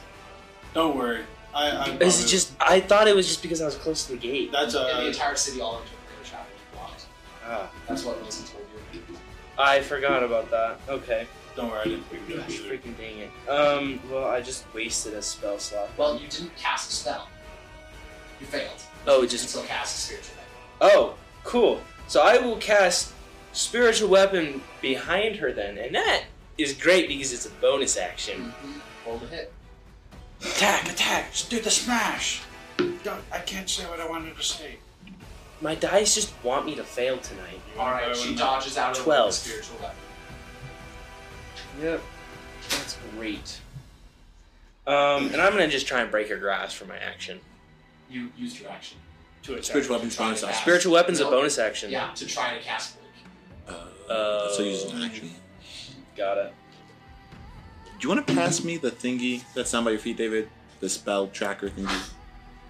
[SPEAKER 6] Don't worry. I, I
[SPEAKER 4] Is it just? I thought it was just because I was close to the gate.
[SPEAKER 6] That's uh,
[SPEAKER 3] and the
[SPEAKER 6] a.
[SPEAKER 3] entire city, all into the traffic is blocked.
[SPEAKER 4] Ah.
[SPEAKER 3] That's what Lindsay told you.
[SPEAKER 4] I forgot about that. Okay.
[SPEAKER 6] Don't worry, I didn't think
[SPEAKER 4] Gosh,
[SPEAKER 6] that either.
[SPEAKER 4] freaking dang it. Um, well, I just wasted a spell slot.
[SPEAKER 3] Well, you didn't cast a spell. You failed.
[SPEAKER 4] oh, it
[SPEAKER 3] You
[SPEAKER 4] just.
[SPEAKER 3] still cast a spiritual weapon.
[SPEAKER 4] Oh, cool. So I will cast Spiritual Weapon behind her then, and that is great because it's a bonus action.
[SPEAKER 3] Roll to hit.
[SPEAKER 14] Attack, attack, just do the smash. Don't, I can't say what I wanted to say.
[SPEAKER 4] My dice just want me to fail tonight.
[SPEAKER 3] All right, she dodges out of the
[SPEAKER 4] 12.
[SPEAKER 3] spiritual weapon.
[SPEAKER 4] Yep. That's great. Um, and I'm gonna just try and break her grasp for my action.
[SPEAKER 3] You used your action.
[SPEAKER 14] To attack.
[SPEAKER 1] Spiritual weapons bonus action.
[SPEAKER 4] Spiritual Weapon's a bonus action.
[SPEAKER 3] Yeah, to try to cast Blink.
[SPEAKER 4] Uh,
[SPEAKER 1] so use an action.
[SPEAKER 4] Got it.
[SPEAKER 1] Do you want to pass me the thingy that's down by your feet, David? The spell tracker thingy.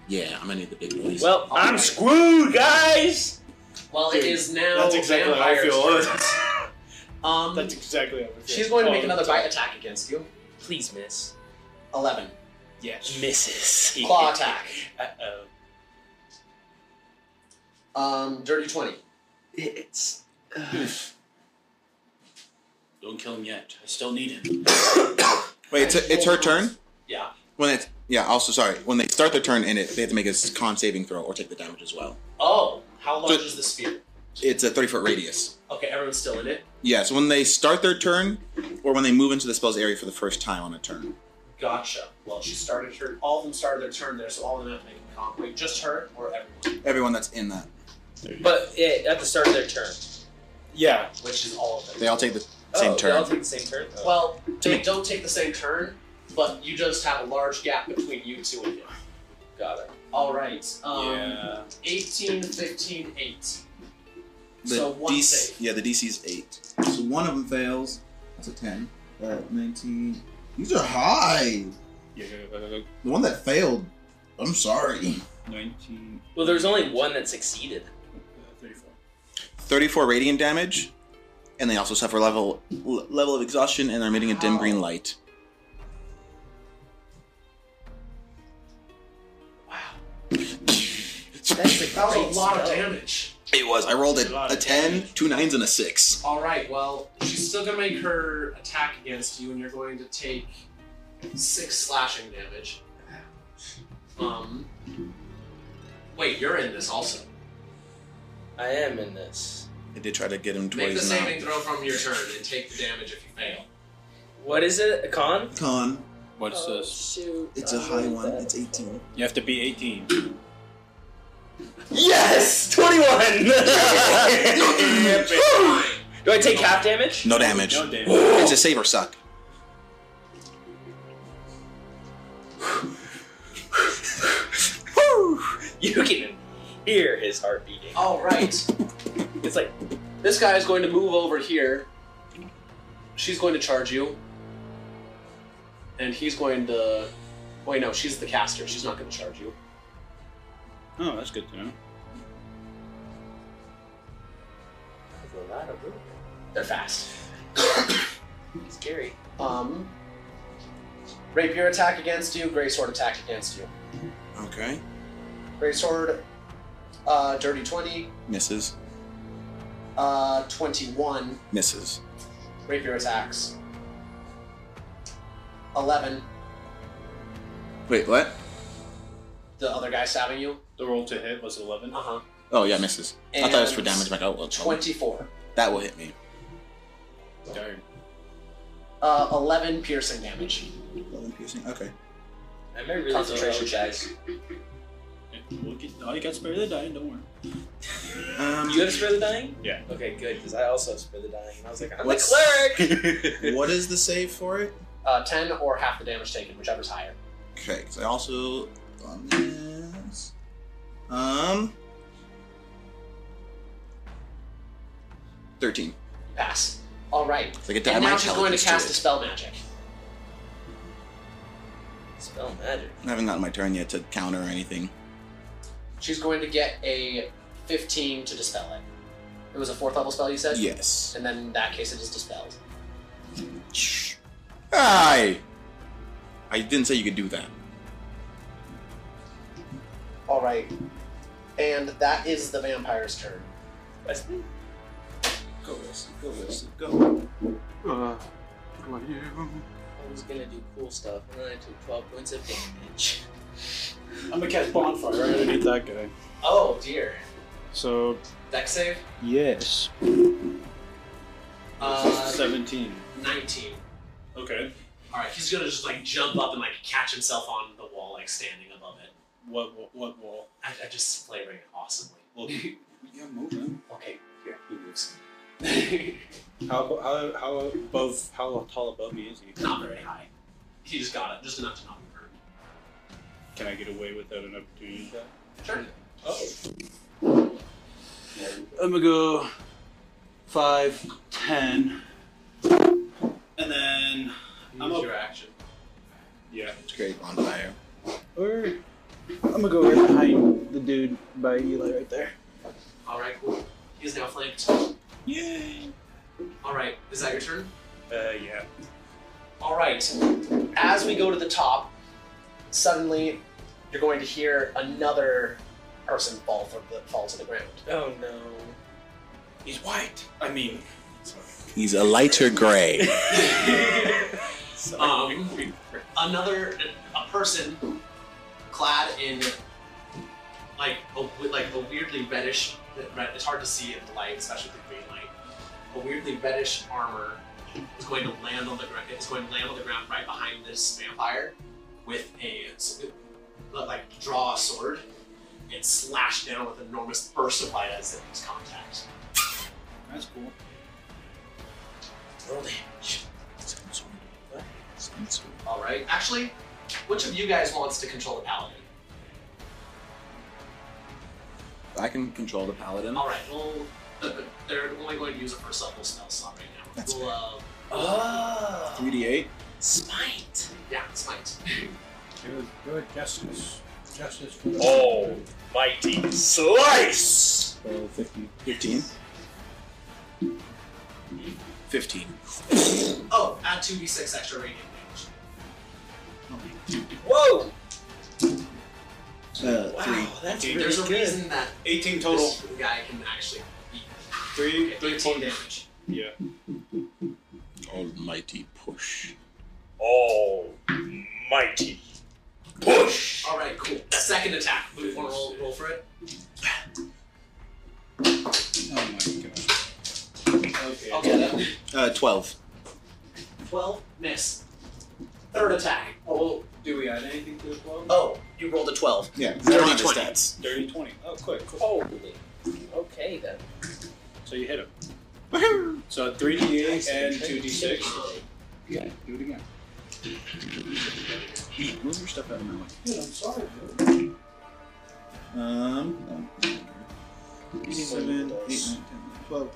[SPEAKER 1] Yeah, I'm gonna need the big boys.
[SPEAKER 4] Well, I'm screwed, guys.
[SPEAKER 3] Well, it
[SPEAKER 6] Dude,
[SPEAKER 3] is now
[SPEAKER 6] That's exactly how I
[SPEAKER 3] vampire's turn.
[SPEAKER 6] [laughs] feel.
[SPEAKER 3] Um,
[SPEAKER 6] That's exactly how I feel.
[SPEAKER 3] she's going to make
[SPEAKER 6] Oh,
[SPEAKER 3] another bite attack against you.
[SPEAKER 4] Please miss.
[SPEAKER 3] Eleven.
[SPEAKER 6] Yes.
[SPEAKER 4] Misses.
[SPEAKER 3] Claw attack.
[SPEAKER 4] Uh oh.
[SPEAKER 3] Um, dirty twenty.
[SPEAKER 15] It's. Don't kill him yet. I still need him.
[SPEAKER 1] Wait, it's, it's her turn.
[SPEAKER 3] Yeah.
[SPEAKER 1] When it's yeah. Also, sorry. When they start their turn in it, they have to make a s- con saving throw or take the damage as well.
[SPEAKER 3] Oh, how large
[SPEAKER 1] So-
[SPEAKER 3] is the sphere?
[SPEAKER 1] It's a thirty foot radius.
[SPEAKER 3] Okay, everyone's still in it.
[SPEAKER 1] Yeah. So when they start their turn, or when they move into the spell's area for the first time on a turn.
[SPEAKER 3] Gotcha. Well, she started her. All of them started their turn there, so all of them have to make a comp. Wait, just her or everyone?
[SPEAKER 1] Everyone that's in that,
[SPEAKER 4] But it, at the start of their turn.
[SPEAKER 6] Yeah.
[SPEAKER 3] Which is all of them.
[SPEAKER 1] they all take the same
[SPEAKER 4] oh, They all
[SPEAKER 1] turn.
[SPEAKER 4] take the same turn. Oh.
[SPEAKER 3] Well, they
[SPEAKER 1] me.
[SPEAKER 3] don't take the same turn, but you just have a large gap between you two and him.
[SPEAKER 16] Got it.
[SPEAKER 3] All right. Um,
[SPEAKER 6] yeah.
[SPEAKER 3] 18, 15, 8.
[SPEAKER 1] The
[SPEAKER 3] So one
[SPEAKER 1] DC
[SPEAKER 3] save.
[SPEAKER 1] Yeah, the DC's eight. So one of them fails. That's a ten. Uh, Nineteen. These are high. The one that failed. I'm sorry.
[SPEAKER 6] 19.
[SPEAKER 4] Well, there's only one that succeeded.
[SPEAKER 6] uh,
[SPEAKER 1] Thirty-four radiant damage, and they also suffer level l- level of exhaustion, and they're emitting a dim green light.
[SPEAKER 4] That's a
[SPEAKER 3] That was
[SPEAKER 4] great
[SPEAKER 3] a lot of
[SPEAKER 4] spell.
[SPEAKER 3] damage.
[SPEAKER 1] It was. I rolled
[SPEAKER 6] A
[SPEAKER 1] a,
[SPEAKER 6] lot
[SPEAKER 1] a
[SPEAKER 6] of
[SPEAKER 1] 10,
[SPEAKER 6] damage.
[SPEAKER 1] two nines, and a six.
[SPEAKER 3] All right. Well, she's still gonna make her attack against you, and you're going to take six slashing damage. Um. Wait, you're in this also.
[SPEAKER 16] I am in this.
[SPEAKER 1] I did try to get him
[SPEAKER 3] Make the
[SPEAKER 1] twice now.
[SPEAKER 3] saving throw from your turn and take the damage if you fail.
[SPEAKER 4] What is it? A con?
[SPEAKER 1] Con.
[SPEAKER 6] What's
[SPEAKER 4] Oh,
[SPEAKER 6] this?
[SPEAKER 4] Shoot.
[SPEAKER 1] It's a
[SPEAKER 4] I
[SPEAKER 1] high
[SPEAKER 4] rolled
[SPEAKER 1] one.
[SPEAKER 4] that.
[SPEAKER 1] It's eighteen.
[SPEAKER 6] You have to be 18.
[SPEAKER 4] Yes, [laughs] twenty-one. Do I take half damage?
[SPEAKER 1] No damage.
[SPEAKER 6] No damage.
[SPEAKER 1] It's a save or suck.
[SPEAKER 4] Whew. You can hear his heart beating.
[SPEAKER 3] All right.
[SPEAKER 4] It's like
[SPEAKER 3] This guy is going to move over here. She's going to charge you. And he's going to. Wait, no, she's the caster. She's not going to charge you.
[SPEAKER 6] Oh, that's good to know.
[SPEAKER 4] a lot of movement.
[SPEAKER 3] They're fast.
[SPEAKER 4] Scary.
[SPEAKER 3] Um, rapier attack against you, greatsword attack against you.
[SPEAKER 1] Okay.
[SPEAKER 3] Greatsword, uh, dirty 20,
[SPEAKER 1] Misses.
[SPEAKER 3] uh, 21,
[SPEAKER 1] Misses.
[SPEAKER 3] rapier attacks. 11,
[SPEAKER 1] Wait, what?
[SPEAKER 3] the other guy stabbing you.
[SPEAKER 6] The roll to hit was 11.
[SPEAKER 3] Uh huh.
[SPEAKER 1] Oh yeah, misses. I thought it was for damage. I'm Like, oh well,
[SPEAKER 3] 24.
[SPEAKER 1] that will hit me.
[SPEAKER 6] Darn.
[SPEAKER 3] Uh, 11 piercing damage.
[SPEAKER 1] Eleven piercing. Okay.
[SPEAKER 4] I may really
[SPEAKER 3] Concentration
[SPEAKER 4] don't know what
[SPEAKER 3] checks.
[SPEAKER 6] We'll get, oh, you got spare the dying, don't worry.
[SPEAKER 1] Um,
[SPEAKER 4] that- You have spare the dying?
[SPEAKER 6] Yeah.
[SPEAKER 4] Okay, good, because I also have spare the dying. And I was like, I'm
[SPEAKER 1] What's-
[SPEAKER 4] a
[SPEAKER 14] [laughs]
[SPEAKER 4] cleric.
[SPEAKER 1] what is the save for it?
[SPEAKER 3] Uh, 10 or half the damage taken, whichever's higher.
[SPEAKER 1] Okay, 'cause I also on this. Um, thirteen.
[SPEAKER 3] Pass. All right.
[SPEAKER 1] So I get to add
[SPEAKER 3] And
[SPEAKER 1] my
[SPEAKER 3] now she's going to
[SPEAKER 1] intelligence to
[SPEAKER 3] cast a
[SPEAKER 1] it.
[SPEAKER 3] spell magic.
[SPEAKER 4] Spell magic.
[SPEAKER 1] I haven't gotten my turn yet to counter or anything.
[SPEAKER 3] She's going to get a 15 to dispel it. It was a fourth level spell, you said?
[SPEAKER 1] Yes.
[SPEAKER 3] And then in that case, it is dispelled.
[SPEAKER 1] Hi. I didn't say you could do that.
[SPEAKER 3] All right. And that is the vampire's turn.
[SPEAKER 4] Wesley?
[SPEAKER 1] Go, go, go.
[SPEAKER 4] I was gonna do cool stuff, and then I took 12 points of damage.
[SPEAKER 6] I'm gonna catch bonfire right underneath that guy.
[SPEAKER 3] Oh dear.
[SPEAKER 6] So,
[SPEAKER 3] Deck save?
[SPEAKER 6] yes.
[SPEAKER 3] Uh,
[SPEAKER 6] 17.
[SPEAKER 3] 19.
[SPEAKER 6] Okay.
[SPEAKER 17] All right, he's gonna just like jump up and like catch himself on the wall, like standing above it.
[SPEAKER 6] What, what, what wall?
[SPEAKER 17] I, I just flavoring it awesomely. Well,
[SPEAKER 6] [laughs] Yeah, moving.
[SPEAKER 3] Okay.
[SPEAKER 17] here he moves.
[SPEAKER 6] [laughs] How, abo- how, how above, how tall above me is he?
[SPEAKER 17] Not very high. He just got it, just enough to not be hurt.
[SPEAKER 6] Can I get away without an opportunity attack?
[SPEAKER 3] Sure.
[SPEAKER 6] Oh. I'm gonna go five, ten, and then I'm
[SPEAKER 17] Use
[SPEAKER 6] up.
[SPEAKER 17] your action.
[SPEAKER 6] yeah.
[SPEAKER 1] It's great on fire.
[SPEAKER 6] Or I'm gonna go right behind the dude by Eli right there.
[SPEAKER 17] All right, cool. He is now flanked.
[SPEAKER 6] Yay!
[SPEAKER 17] All right, is that your turn?
[SPEAKER 6] Uh, yeah.
[SPEAKER 3] All right. As we go to the top, suddenly you're going to hear another person fall from the fall to the ground.
[SPEAKER 4] Oh no.
[SPEAKER 6] [laughs] He's white. I [laughs] mean,
[SPEAKER 1] He's a lighter gray.
[SPEAKER 17] Um, another a person clad in like a, wi- like a weirdly reddish. red- It's hard to see in the light, especially the green light. A weirdly reddish armor is going to land on the ground. It's going to land on the ground right behind this vampire with a s- like draw a sword and slash down with enormous burst of light as it makes contact.
[SPEAKER 6] that's cool.
[SPEAKER 4] Roll damage.
[SPEAKER 1] Sounds
[SPEAKER 3] All right. Actually, which of you guys wants to control the paladin?
[SPEAKER 1] good. I can control the paladin.
[SPEAKER 3] All right. Well, they're only going to use it for a first level spell slot right now.
[SPEAKER 1] That's
[SPEAKER 3] we'll, uh,
[SPEAKER 18] Oh.
[SPEAKER 1] 3d8.
[SPEAKER 3] yeah, smite.
[SPEAKER 19] Do it, do it justice. Justice for the
[SPEAKER 6] Oh, mighty slice!
[SPEAKER 1] So 50, 15. 15.
[SPEAKER 3] Oh, add two d6 extra radiant damage.
[SPEAKER 6] Whoa!
[SPEAKER 1] Uh,
[SPEAKER 3] Wow,
[SPEAKER 1] Three.
[SPEAKER 3] that's
[SPEAKER 6] Dude,
[SPEAKER 3] there's a
[SPEAKER 6] really good.
[SPEAKER 3] reason that
[SPEAKER 6] 18 total.
[SPEAKER 3] this guy can actually beat
[SPEAKER 6] Three,
[SPEAKER 3] okay,
[SPEAKER 6] three
[SPEAKER 3] 18 damage.
[SPEAKER 6] points. Yeah.
[SPEAKER 19] Oh
[SPEAKER 1] Almighty push.
[SPEAKER 6] Oh, mighty push!
[SPEAKER 3] All right, cool. Second attack. We want to roll, roll for it.
[SPEAKER 19] Oh my god.
[SPEAKER 6] Okay.
[SPEAKER 3] Okay, that
[SPEAKER 1] Uh, 12.
[SPEAKER 3] twelve miss. Third attack.
[SPEAKER 6] Oh, do we add anything to the club?
[SPEAKER 3] Oh, you rolled a twelve.
[SPEAKER 1] Yeah, 'cause I don't have the
[SPEAKER 3] 20.
[SPEAKER 1] stats.
[SPEAKER 6] Dirty 20. Oh, quick. quick.
[SPEAKER 18] Holy. Okay then.
[SPEAKER 6] So you hit him.
[SPEAKER 1] Woohoo!
[SPEAKER 6] So 3d8 and 2d6.
[SPEAKER 19] Yeah, do it again.
[SPEAKER 1] Move your stuff out of my way.
[SPEAKER 19] Dude, I'm sorry, dude.
[SPEAKER 1] Um,
[SPEAKER 18] Seven, eight,
[SPEAKER 1] 12,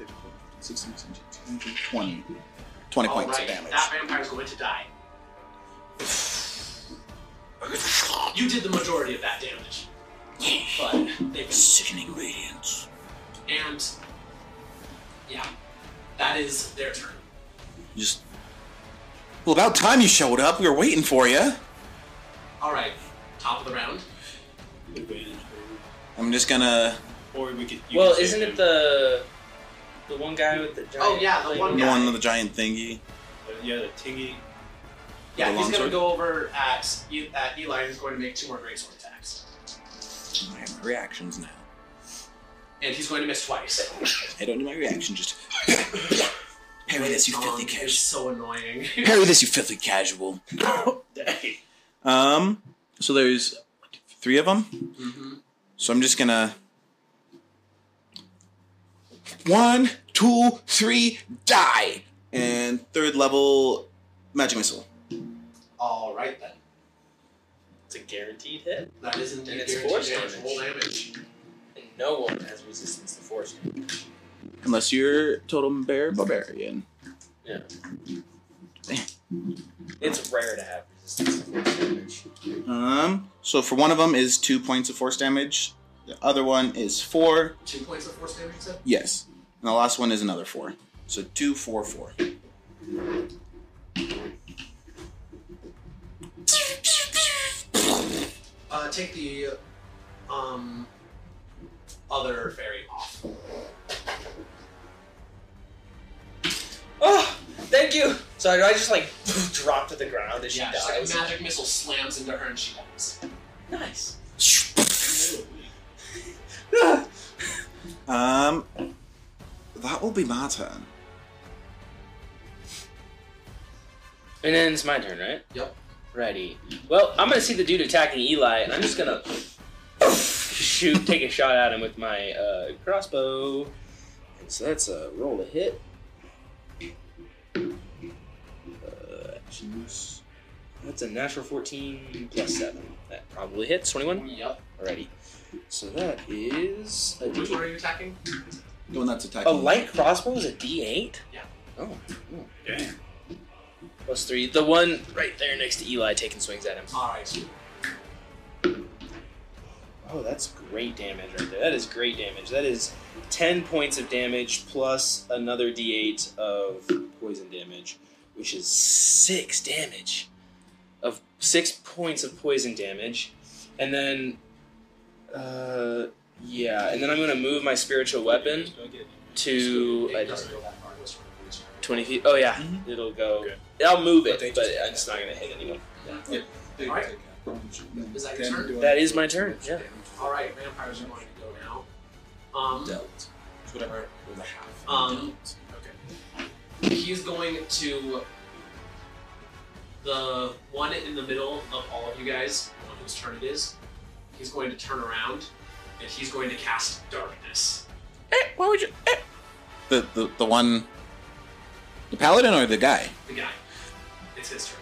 [SPEAKER 1] 16, 17, 20. 20
[SPEAKER 3] All
[SPEAKER 1] points
[SPEAKER 3] right,
[SPEAKER 1] of damage.
[SPEAKER 3] that vampire's going to die. You did the majority of that damage, but they missed.
[SPEAKER 1] Sickening radiance.
[SPEAKER 3] And yeah, that is their turn.
[SPEAKER 1] Just. Well, about time you showed up. We were waiting for you.
[SPEAKER 3] All right, top of the round.
[SPEAKER 1] I'm just gonna.
[SPEAKER 6] Or we could. you
[SPEAKER 18] well,
[SPEAKER 6] could
[SPEAKER 18] isn't
[SPEAKER 6] save
[SPEAKER 18] it the the one guy with the giant?
[SPEAKER 3] Oh, yeah, the
[SPEAKER 18] like,
[SPEAKER 3] one-
[SPEAKER 1] The one with the giant thingy.
[SPEAKER 6] him. Yeah, the tingy.
[SPEAKER 3] Yeah,
[SPEAKER 1] The
[SPEAKER 3] he's going to
[SPEAKER 1] longsword?
[SPEAKER 3] go over at, E- at Eli and is going to make two more greatsword attacks.
[SPEAKER 1] I have my reactions now.
[SPEAKER 3] And he's going to miss twice.
[SPEAKER 1] I don't do my reaction. Just. [coughs] Parry this, you filthy
[SPEAKER 3] It's
[SPEAKER 1] casual.
[SPEAKER 3] so annoying.
[SPEAKER 1] Parry this, you filthy casual. Um. So there's three of them.
[SPEAKER 3] Mhm.
[SPEAKER 1] So I'm just gonna. One, two, three, die! And third level magic missile.
[SPEAKER 3] All right, then.
[SPEAKER 18] It's a guaranteed hit,
[SPEAKER 3] That is indeed
[SPEAKER 18] And it's
[SPEAKER 3] guaranteed
[SPEAKER 18] force
[SPEAKER 3] damage.
[SPEAKER 18] damage.
[SPEAKER 3] Roll damage.
[SPEAKER 18] and no one has resistance to force.
[SPEAKER 1] Unless you're totem bear barbarian.
[SPEAKER 18] It's rare to have resistance to force damage.
[SPEAKER 1] Um. So for one of them is two points of force damage. The other one is four.
[SPEAKER 3] Two points of force damage, you said?
[SPEAKER 1] Yes. And the last one is another four. So two, four, four.
[SPEAKER 3] Uh, take the um, other fairy off.
[SPEAKER 18] Oh, thank you. So do I just like [laughs] drop to the ground as she
[SPEAKER 3] Yeah, just like
[SPEAKER 18] dies?
[SPEAKER 3] a magic missile slams into her and she dies.
[SPEAKER 18] nice.
[SPEAKER 1] Um. That will be my turn.
[SPEAKER 4] And then it's my turn, right?
[SPEAKER 3] Yep.
[SPEAKER 4] Righty. Well, I'm gonna see the dude attacking Eli, and I'm just gonna shoot, take a shot at him with my uh, crossbow. And so that's a roll to hit. Uh, actions. That's a natural 14 plus 7. That probably hits. 21?
[SPEAKER 3] Yep.
[SPEAKER 4] Alrighty. So that is a
[SPEAKER 3] Which one
[SPEAKER 4] D8.
[SPEAKER 3] are you attacking?
[SPEAKER 1] The one that's
[SPEAKER 4] A
[SPEAKER 1] attacking.
[SPEAKER 4] light crossbow is a D8?
[SPEAKER 3] Yeah.
[SPEAKER 4] Oh. oh. Plus 3. The one right there next to Eli taking swings at him.
[SPEAKER 3] All right.
[SPEAKER 4] Oh, that's great damage right there. That is great damage. That is 10 points of damage plus another d8 of poison damage, which is 6 damage. Of 6 points of poison damage. And then, uh, yeah. And then I'm going to move my spiritual weapon to
[SPEAKER 3] It
[SPEAKER 4] a
[SPEAKER 3] doesn't go that far. it goes from the reach.
[SPEAKER 4] 20 feet. Oh, yeah.
[SPEAKER 1] Mhm.
[SPEAKER 4] It'll go.
[SPEAKER 6] Mm-hmm. Okay.
[SPEAKER 4] I'll move
[SPEAKER 6] But they
[SPEAKER 4] it, but
[SPEAKER 6] just-
[SPEAKER 4] it's not going to hit anyone.
[SPEAKER 3] All right. Is that your turn?
[SPEAKER 4] That is my turn. Yeah.
[SPEAKER 3] All right, vampires are going to go now. Um,
[SPEAKER 1] Dealt. It's whatever. the half.
[SPEAKER 3] Um,
[SPEAKER 1] Dealt.
[SPEAKER 3] he's going to the one in the middle of all of you guys, the one whose turn it is. He's going to turn around, and he's going to cast darkness.
[SPEAKER 1] The, the the one. The paladin or the guy?
[SPEAKER 3] The guy, it's his turn.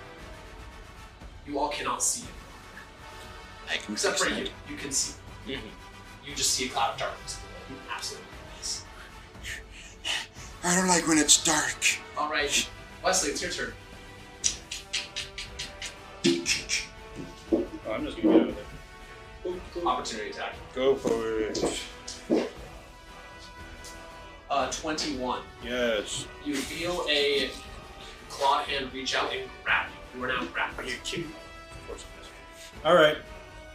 [SPEAKER 3] You all cannot see it.
[SPEAKER 1] I can
[SPEAKER 3] Except for
[SPEAKER 1] fix
[SPEAKER 3] you.
[SPEAKER 1] that.
[SPEAKER 3] You can see. You just see a cloud of darkness below. Absolutely. Yes.
[SPEAKER 1] I don't like when it's dark.
[SPEAKER 3] All right. Wesley, it's your turn.
[SPEAKER 6] Oh, I'm just gonna get out of there.
[SPEAKER 3] Opportunity attack.
[SPEAKER 6] Go for it.
[SPEAKER 3] Uh, 21.
[SPEAKER 6] Yes.
[SPEAKER 3] You feel a claw hand reach out and grab you. You are now grabbed. You're cute.
[SPEAKER 6] Of course it is.
[SPEAKER 20] All right,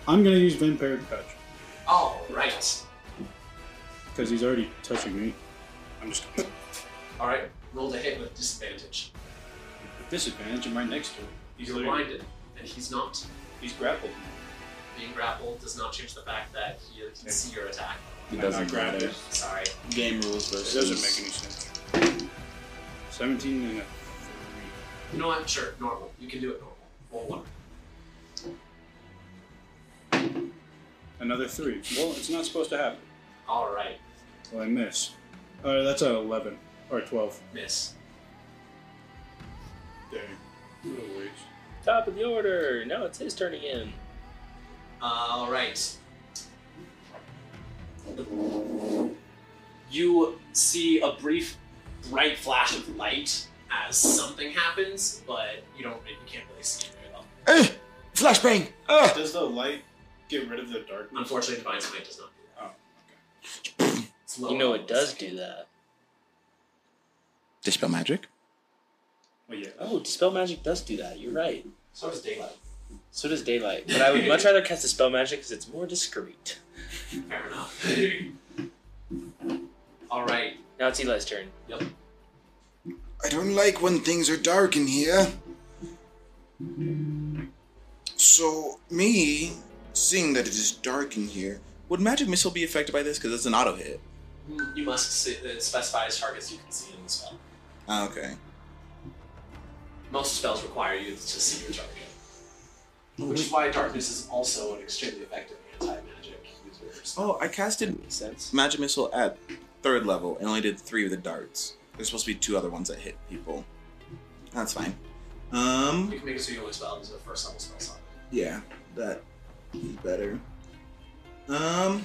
[SPEAKER 20] I'm gonna use vampire touch
[SPEAKER 3] All right.
[SPEAKER 20] because he's already touching me.
[SPEAKER 6] I'm just gonna
[SPEAKER 3] All right. Roll to hit with disadvantage.
[SPEAKER 6] disadvantage. I'm right next to him. He's
[SPEAKER 3] You're
[SPEAKER 6] literally-
[SPEAKER 3] blinded, and he's not.
[SPEAKER 6] He's grappled.
[SPEAKER 3] Being grappled does not change the fact that he can see your attack.
[SPEAKER 1] It
[SPEAKER 6] I'm
[SPEAKER 1] doesn't
[SPEAKER 6] not grabbed.
[SPEAKER 1] matter.
[SPEAKER 6] It
[SPEAKER 3] Sorry.
[SPEAKER 1] Game rules versus.
[SPEAKER 6] doesn't make any sense. Seventeen and a three.
[SPEAKER 3] You know what? Sure. Normal. You can do it normal. Roll one.
[SPEAKER 6] Another three. Well, it's not supposed to happen.
[SPEAKER 3] All right.
[SPEAKER 20] Well, I miss. All right, that's at eleven or twelve.
[SPEAKER 3] Miss.
[SPEAKER 6] Dang. What a waste.
[SPEAKER 4] Top of the order. No, it's his turn again.
[SPEAKER 3] all right. You see a brief bright flash of light as something happens, but you don't. You can't really see it very well.
[SPEAKER 1] Eh! Flashbang! Ah!
[SPEAKER 6] Does the light get rid of the darkness?
[SPEAKER 3] Unfortunately, divine smite does not do that.
[SPEAKER 6] Oh,
[SPEAKER 3] It's low
[SPEAKER 4] You know it
[SPEAKER 3] levels.
[SPEAKER 4] does do that.
[SPEAKER 1] Dispel magic.
[SPEAKER 6] Well, yeah.
[SPEAKER 4] Oh, dispel magic does do that. You're right.
[SPEAKER 3] So does daylight.
[SPEAKER 4] So does daylight. But [laughs] I would much rather cast dispel magic because it's more discreet.
[SPEAKER 3] Fair enough. all right.
[SPEAKER 4] Now it's Eli's turn.
[SPEAKER 1] I don't like when things are dark in here. So, me, seeing that it is dark in here, would magic missile be affected by this? Because it's an auto hit.
[SPEAKER 3] You must see, it specifies targets you can see in the spell.
[SPEAKER 1] Ah, okay.
[SPEAKER 3] Most spells require you to see your target. Which is why darkness is also an extremely effective anti-magic user.
[SPEAKER 1] Oh, I casted
[SPEAKER 4] Makes sense.
[SPEAKER 1] magic missile at third level and only did three of the darts. There's supposed to be two other ones that hit people. That's fine. Um,
[SPEAKER 3] You can make it so you only spell is a first level spell slot.
[SPEAKER 1] yeah, that is better. Um,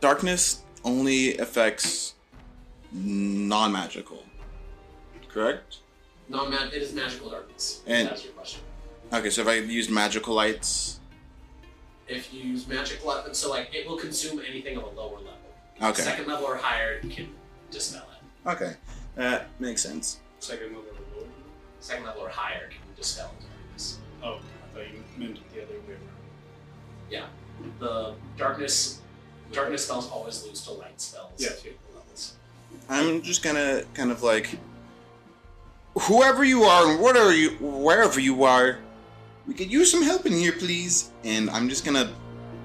[SPEAKER 1] darkness only affects non-magical, correct?
[SPEAKER 3] Non mag it is magical darkness.
[SPEAKER 1] And-
[SPEAKER 3] that's your question.
[SPEAKER 1] Okay, so if I used magical lights,
[SPEAKER 3] If you use magic weapon, so like it will consume anything of a lower level.
[SPEAKER 1] okay,
[SPEAKER 3] Second level or higher you can dispel it.
[SPEAKER 1] okay, that makes sense.
[SPEAKER 6] Second level of the Lord.
[SPEAKER 3] Second level or higher can dispel darkness.
[SPEAKER 6] Oh, I thought you meant it the other way around.
[SPEAKER 3] The darkness darkness spells always lose to light spells.
[SPEAKER 6] Yeah.
[SPEAKER 3] to levels.
[SPEAKER 1] I'm just gonna kind of like whoever you are and whatever you wherever you are, we could use some help in here, please. And I'm just gonna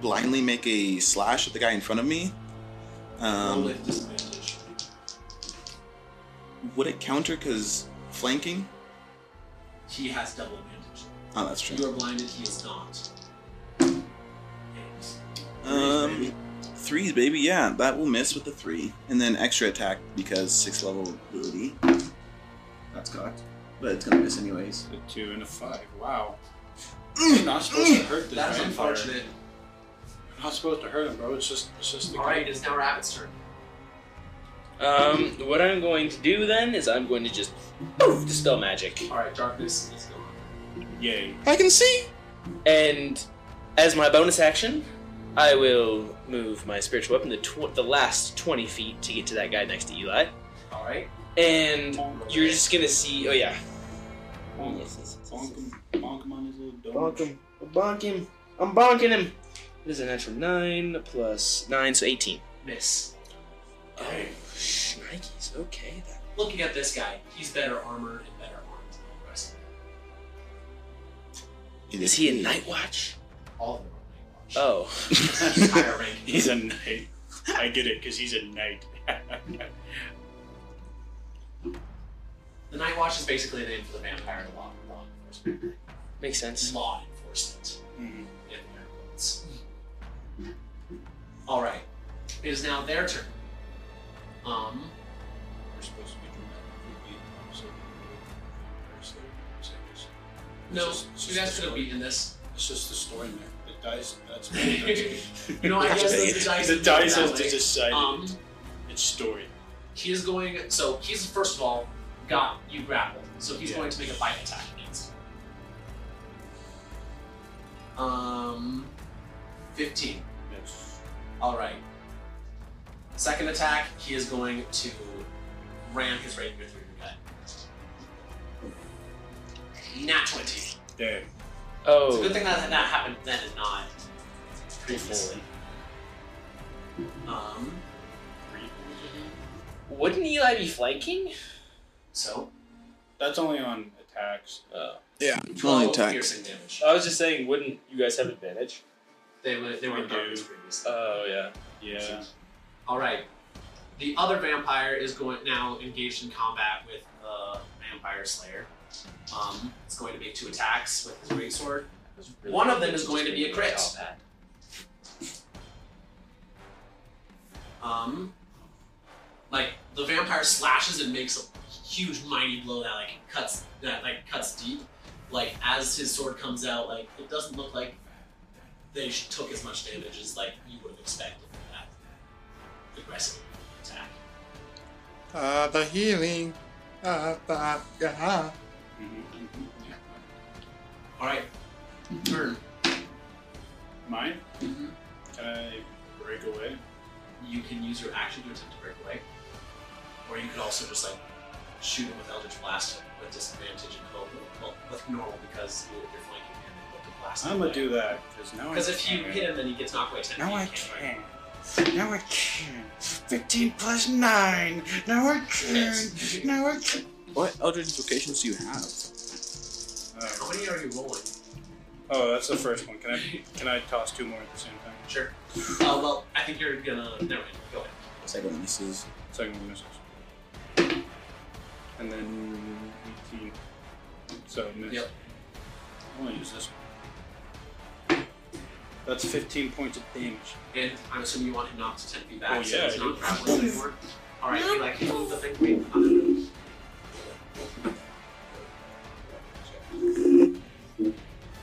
[SPEAKER 1] blindly make a slash at the guy in front of me.
[SPEAKER 3] Roll
[SPEAKER 1] Um,
[SPEAKER 3] with disadvantage.
[SPEAKER 1] would it counter because flanking?
[SPEAKER 3] He has double advantage.
[SPEAKER 1] Oh, that's true.
[SPEAKER 3] You are blinded, he is not. And
[SPEAKER 1] Um, threes, baby. Yeah, that will miss with the three, and then extra attack because sixth level ability. That's cocked, but it's gonna miss anyways.
[SPEAKER 6] A two and a five. Wow. You're not supposed to hurt this
[SPEAKER 3] that is
[SPEAKER 6] vampire.
[SPEAKER 3] unfortunate.
[SPEAKER 6] You're not supposed to hurt him, bro. It's just, it's just the
[SPEAKER 3] Alright, it's now Rabbit's turn.
[SPEAKER 4] Um, what I'm going to do then is I'm going to just poof, dispel magic.
[SPEAKER 3] Alright, darkness is gone.
[SPEAKER 6] Yay.
[SPEAKER 1] I can see.
[SPEAKER 4] And as my bonus action, I will move my spiritual weapon the, tw- the last 20 feet to get to that guy next to Eli.
[SPEAKER 3] Alright.
[SPEAKER 4] And you're just gonna see. Oh, yeah. Yes, yes, yes, yes,
[SPEAKER 6] Bonk
[SPEAKER 4] yes.
[SPEAKER 6] him. Bonk him on his little dome.
[SPEAKER 4] him. Bonk him. I'm bonking him. It is a natural 9 plus 9, so 18.
[SPEAKER 3] Miss.
[SPEAKER 4] Oh, shnikes. Okay. That,
[SPEAKER 3] Looking at this guy, he's better armored and better armed than all the rest of them.
[SPEAKER 4] is he a Night
[SPEAKER 1] [laughs]
[SPEAKER 4] Watch?
[SPEAKER 3] All of them are [laughs] Nightwatch.
[SPEAKER 4] Oh.
[SPEAKER 3] He's higher rank.
[SPEAKER 6] He's a knight. I get it, because he's a knight. [laughs]
[SPEAKER 3] The Nightwatch is basically a name for the vampire law, law enforcement. Mm-hmm.
[SPEAKER 4] Makes sense.
[SPEAKER 3] It's law enforcement
[SPEAKER 6] Mhm.
[SPEAKER 3] in their quotes. Alright. It is now their turn. Um
[SPEAKER 6] We're supposed to be dramatic. We'd be opposite.
[SPEAKER 3] No,
[SPEAKER 6] It's just-
[SPEAKER 3] you guys could have beaten [laughs] this.
[SPEAKER 6] It's just the story, man. The dice,
[SPEAKER 3] [laughs]
[SPEAKER 6] that's what it
[SPEAKER 3] No,
[SPEAKER 6] [laughs]
[SPEAKER 3] I guess the dice.
[SPEAKER 6] does. the
[SPEAKER 3] is
[SPEAKER 6] dice
[SPEAKER 3] that
[SPEAKER 6] has to
[SPEAKER 3] way.
[SPEAKER 6] decide
[SPEAKER 3] Um,
[SPEAKER 6] its story.
[SPEAKER 3] he is going. So he's first of all got you grappled. So he's
[SPEAKER 6] Yeah.
[SPEAKER 3] going to make a bite attack against. you. Um, fifteen.
[SPEAKER 6] Yes.
[SPEAKER 3] All right. Second attack, he is going to ram his rapier through your gut. Nat twenty.
[SPEAKER 6] Damn.
[SPEAKER 3] It's a
[SPEAKER 4] Oh,
[SPEAKER 3] good thing that that happened then and not previously. Um.
[SPEAKER 4] wouldn't Eli be flanking?
[SPEAKER 3] So
[SPEAKER 6] That's only on attacks.
[SPEAKER 1] Yeah, only
[SPEAKER 3] twelve
[SPEAKER 1] attack.
[SPEAKER 3] piercing damage.
[SPEAKER 21] I was just saying, wouldn't you guys have advantage?
[SPEAKER 3] They were they were
[SPEAKER 6] We
[SPEAKER 3] in
[SPEAKER 6] do.
[SPEAKER 3] darkness previously.
[SPEAKER 21] Oh yeah.
[SPEAKER 6] Yeah.
[SPEAKER 3] All right. The other vampire is going now engaged in combat with the vampire slayer. Um, it's going to make two attacks with his greatsword. One of them is going to be a crit. Um, like the vampire slashes and makes a huge mighty blow that like cuts that like cuts deep. Like as his sword comes out, like it doesn't look like they sh- took as much damage as like you would have expected from that aggressive attack.
[SPEAKER 1] Ah, the healing. Ah, ah, ah.
[SPEAKER 6] Mm-hmm.
[SPEAKER 3] All right, turn.
[SPEAKER 6] Mine?
[SPEAKER 22] Mm-hmm.
[SPEAKER 6] Can I break away?
[SPEAKER 3] You can use your action to attempt to break away, or you could also just like shoot him with Eldritch Blast with disadvantage and hope well, with normal because you're, you're flanking him and hope to blast. him
[SPEAKER 6] I'm gonna
[SPEAKER 3] away.
[SPEAKER 6] do that because now
[SPEAKER 3] Because
[SPEAKER 6] I
[SPEAKER 3] if you
[SPEAKER 6] can.
[SPEAKER 3] hit him, then he gets knocked away 10
[SPEAKER 22] Now I
[SPEAKER 3] feet. you can't fight him.
[SPEAKER 22] can. Now I can. 15 plus 9. Now I can.
[SPEAKER 3] Yes.
[SPEAKER 22] Now I can.
[SPEAKER 1] What Eldritch invocations do you have?
[SPEAKER 3] How
[SPEAKER 6] Uh,
[SPEAKER 3] many are you rolling?
[SPEAKER 6] oh, that's the first one. Can I can I toss two more at the same time?
[SPEAKER 3] Sure. Uh, well, I think you're gonna. Never mind. Go ahead.
[SPEAKER 1] Second one, this is
[SPEAKER 6] Second one misses. And then 18. So miss.
[SPEAKER 3] Yep.
[SPEAKER 6] I'm gonna use this one. That's 15 points of damage.
[SPEAKER 3] And I'm assuming you want him knocked 10 feet back,
[SPEAKER 6] Oh,
[SPEAKER 3] so
[SPEAKER 6] yeah,
[SPEAKER 3] he's
[SPEAKER 6] I
[SPEAKER 3] not
[SPEAKER 6] do.
[SPEAKER 3] grappling anymore. Alright, he like moved the thing. Wait, uh, I don't know.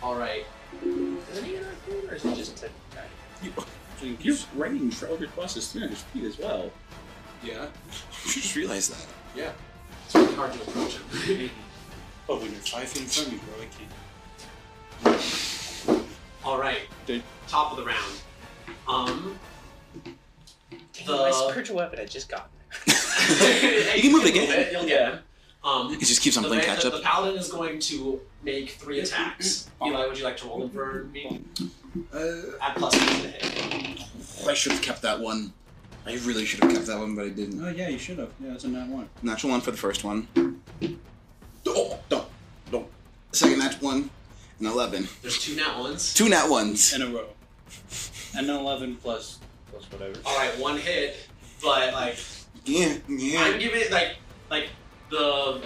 [SPEAKER 3] Alright. Is it even on or is it just 10 feet back?
[SPEAKER 1] your range for Eldritch Blast is 300 feet as well.
[SPEAKER 3] Yeah.
[SPEAKER 1] You just realized [laughs] that.
[SPEAKER 3] It's really hard to approach him. [laughs]
[SPEAKER 6] Oh, when you're five feet in front of me, bro, I can't.
[SPEAKER 3] Alright.
[SPEAKER 6] Dude.
[SPEAKER 3] Top of the round. Um.
[SPEAKER 4] Dang, my spiritual weapon I just got.
[SPEAKER 1] [laughs]
[SPEAKER 3] Hey,
[SPEAKER 1] You can move
[SPEAKER 3] you'll
[SPEAKER 1] again.
[SPEAKER 3] it, You'll get him. Um,
[SPEAKER 1] It just keeps on
[SPEAKER 3] the,
[SPEAKER 1] playing
[SPEAKER 3] man-
[SPEAKER 1] catch
[SPEAKER 3] the
[SPEAKER 1] up.
[SPEAKER 3] paladin is going to make three attacks. Eli, would you like to roll them for me?
[SPEAKER 1] Uh,
[SPEAKER 3] Add plus two to the hit.
[SPEAKER 1] I should have kept that one. I really should have kept that one, but I didn't.
[SPEAKER 23] Oh yeah, you should have. Yeah, that's a nat one.
[SPEAKER 1] Natural one for the first one. Oh, don't, don't. Second nat one, an eleven.
[SPEAKER 3] There's two nat ones.
[SPEAKER 1] Two nat ones.
[SPEAKER 6] In a row.
[SPEAKER 23] And an eleven plus.
[SPEAKER 6] Plus whatever.
[SPEAKER 3] All right, one hit, but like
[SPEAKER 1] Yeah, yeah.
[SPEAKER 3] I'm giving it like like the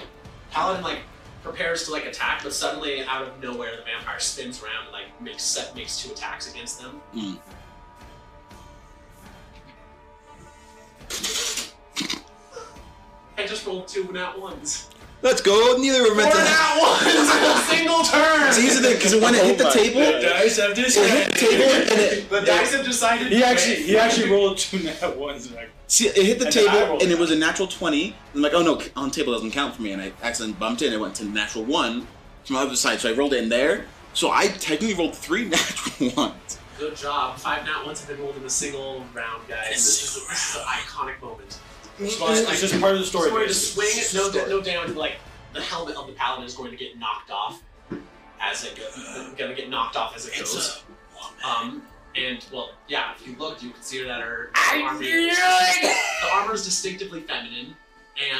[SPEAKER 3] paladin like prepares to like attack, but suddenly out of nowhere the vampire spins around and like makes set makes two attacks against them.
[SPEAKER 1] Mm.
[SPEAKER 3] I just rolled two nat ones.
[SPEAKER 1] Let's go. Neither of them meant
[SPEAKER 3] Four
[SPEAKER 1] to.
[SPEAKER 3] nat ones in a single turn.
[SPEAKER 1] See, so because when it hit the table, it
[SPEAKER 6] Dice have this
[SPEAKER 1] hit the table, and it
[SPEAKER 3] The dice have decided.
[SPEAKER 6] He actually he
[SPEAKER 3] Wait.
[SPEAKER 6] actually rolled two nat ones. Like,
[SPEAKER 1] see, it hit the
[SPEAKER 6] And then I
[SPEAKER 1] table,
[SPEAKER 6] rolled
[SPEAKER 1] and it
[SPEAKER 6] that.
[SPEAKER 1] was a natural twenty. I'm like, oh no, on table doesn't count for me, and I accidentally bumped it, and it went to natural one from the other side. So I rolled it in there. So I technically rolled three [laughs] natural ones.
[SPEAKER 3] Good job. Five nat ones have been rolled in a single round, guys. This is, this is an iconic moment.
[SPEAKER 6] it's just part of the story.
[SPEAKER 3] It's going to
[SPEAKER 6] man.
[SPEAKER 3] swing, no, no damage, but like the helmet of the paladin is going to get knocked off as it goes. Going to get knocked off as it goes. Um, and well, yeah. If you looked, you could see that her armor, the armor is distinctively feminine,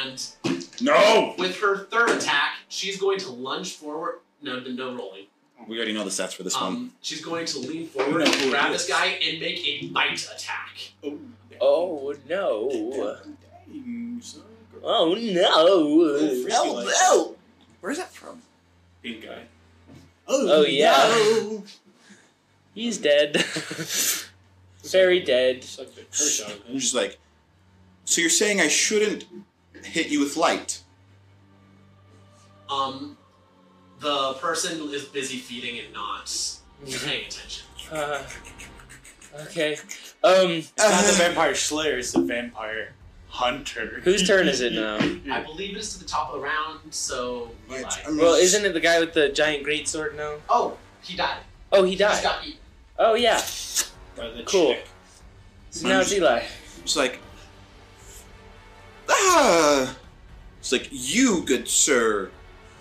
[SPEAKER 3] and
[SPEAKER 6] No!
[SPEAKER 3] with her third attack, she's going to lunge forward. No, no rolling.
[SPEAKER 1] We already know the stats for this one.
[SPEAKER 3] Um, she's going to lean forward,
[SPEAKER 6] No, who
[SPEAKER 3] grab
[SPEAKER 6] it
[SPEAKER 3] this
[SPEAKER 6] is.
[SPEAKER 3] guy, and make a bite attack.
[SPEAKER 4] Oh no!
[SPEAKER 6] Dang, son.
[SPEAKER 4] Oh no!
[SPEAKER 6] Oh,
[SPEAKER 1] oh, where's that from?
[SPEAKER 6] Big guy.
[SPEAKER 4] Oh, yeah. [laughs] He's dead. [laughs] Very dead.
[SPEAKER 6] Suck the curse out of
[SPEAKER 1] I'm
[SPEAKER 6] him.
[SPEAKER 1] just like, so you're saying I shouldn't hit you with light?
[SPEAKER 3] Um, the person is busy feeding and not paying attention.
[SPEAKER 4] Uh, okay. Um,
[SPEAKER 6] It's not the vampire slayer, it's the vampire hunter.
[SPEAKER 4] whose turn is it now?
[SPEAKER 3] I believe it's to the top of the round, so Eli.
[SPEAKER 4] Well, isn't it the guy with the giant greatsword now?
[SPEAKER 3] Oh, he died.
[SPEAKER 4] Oh, he
[SPEAKER 3] He
[SPEAKER 4] died.
[SPEAKER 3] got eaten.
[SPEAKER 4] Oh, yeah.
[SPEAKER 6] By the
[SPEAKER 4] Cool.
[SPEAKER 6] chick.
[SPEAKER 4] So now it's Eli.
[SPEAKER 1] It's like, ah. It's like you, good sir.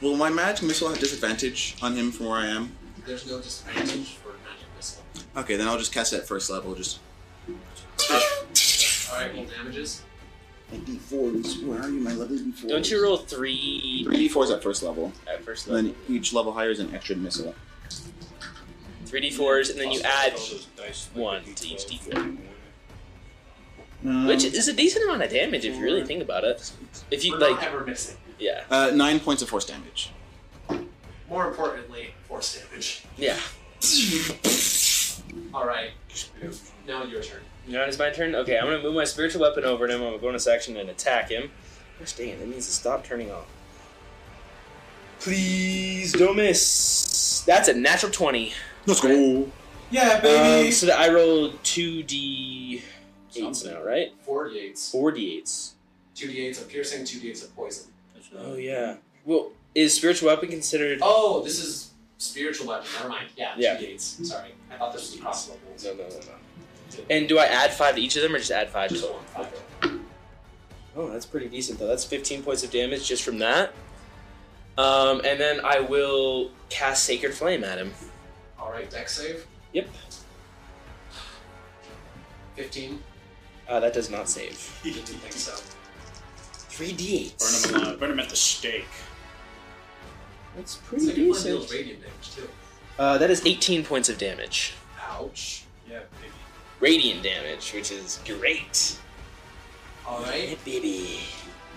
[SPEAKER 1] Will my magic missile have disadvantage on him from where I am?
[SPEAKER 3] There's no disadvantage for magic missile.
[SPEAKER 1] Okay, then I'll just cast it at first level. Just
[SPEAKER 3] All right, well, damages.
[SPEAKER 1] d4s. Where are you, my level d4?
[SPEAKER 4] Don't you roll three
[SPEAKER 1] three d4s at first level?
[SPEAKER 4] at first
[SPEAKER 1] And
[SPEAKER 4] level?
[SPEAKER 1] then each level higher is an extra missile.
[SPEAKER 4] Three d4s, and then you
[SPEAKER 6] Also,
[SPEAKER 4] add,
[SPEAKER 6] all those dice, like,
[SPEAKER 4] one
[SPEAKER 6] the
[SPEAKER 4] to each
[SPEAKER 6] D12.
[SPEAKER 1] Um,
[SPEAKER 4] which is a decent amount of damage if you really think about it. If you
[SPEAKER 3] We're not
[SPEAKER 4] like,
[SPEAKER 3] ever missing.
[SPEAKER 4] yeah,
[SPEAKER 1] uh, nine points of force damage.
[SPEAKER 3] More importantly, force damage.
[SPEAKER 4] yeah.
[SPEAKER 3] All right, now your turn.
[SPEAKER 4] Now it's my turn. Okay, I'm gonna move my spiritual weapon over to him on a bonus action and attack him. Gosh dang it! That means to stop turning off. Please don't miss. That's a natural twenty.
[SPEAKER 1] Let's go.
[SPEAKER 24] Yeah,
[SPEAKER 4] Um,
[SPEAKER 24] baby.
[SPEAKER 4] so that I rolled two d eights
[SPEAKER 3] Something.
[SPEAKER 4] now, right?
[SPEAKER 3] Four d8s.
[SPEAKER 4] Four d eights.
[SPEAKER 3] Two d8s of piercing, two d8s of poison.
[SPEAKER 4] Oh yeah. Well, is spiritual weapon considered?
[SPEAKER 3] Oh, this is spiritual weapon. Never mind. Yeah,
[SPEAKER 4] Yeah.
[SPEAKER 3] two d8s. Sorry, I thought this was cross levels.
[SPEAKER 4] No, no, no, no. And do I add five to each of them, or just add five
[SPEAKER 3] Just
[SPEAKER 4] total?
[SPEAKER 3] one five.
[SPEAKER 4] Oh, that's pretty decent though. That's 15 points of damage just from that. Um, and then I will cast Sacred Flame at him.
[SPEAKER 3] All right, deck save.
[SPEAKER 4] Yep.
[SPEAKER 3] Fifteen.
[SPEAKER 4] Uh, that does not save.
[SPEAKER 3] Didn't think so.
[SPEAKER 6] Burn 'em alive. Burn 'em at the stake.
[SPEAKER 4] That's pretty
[SPEAKER 3] Second one deals radiant damage too.
[SPEAKER 4] Uh, that is 18 points of damage.
[SPEAKER 3] Ouch.
[SPEAKER 6] Yeah, baby.
[SPEAKER 4] Radiant damage, which is great.
[SPEAKER 3] All right,
[SPEAKER 4] baby.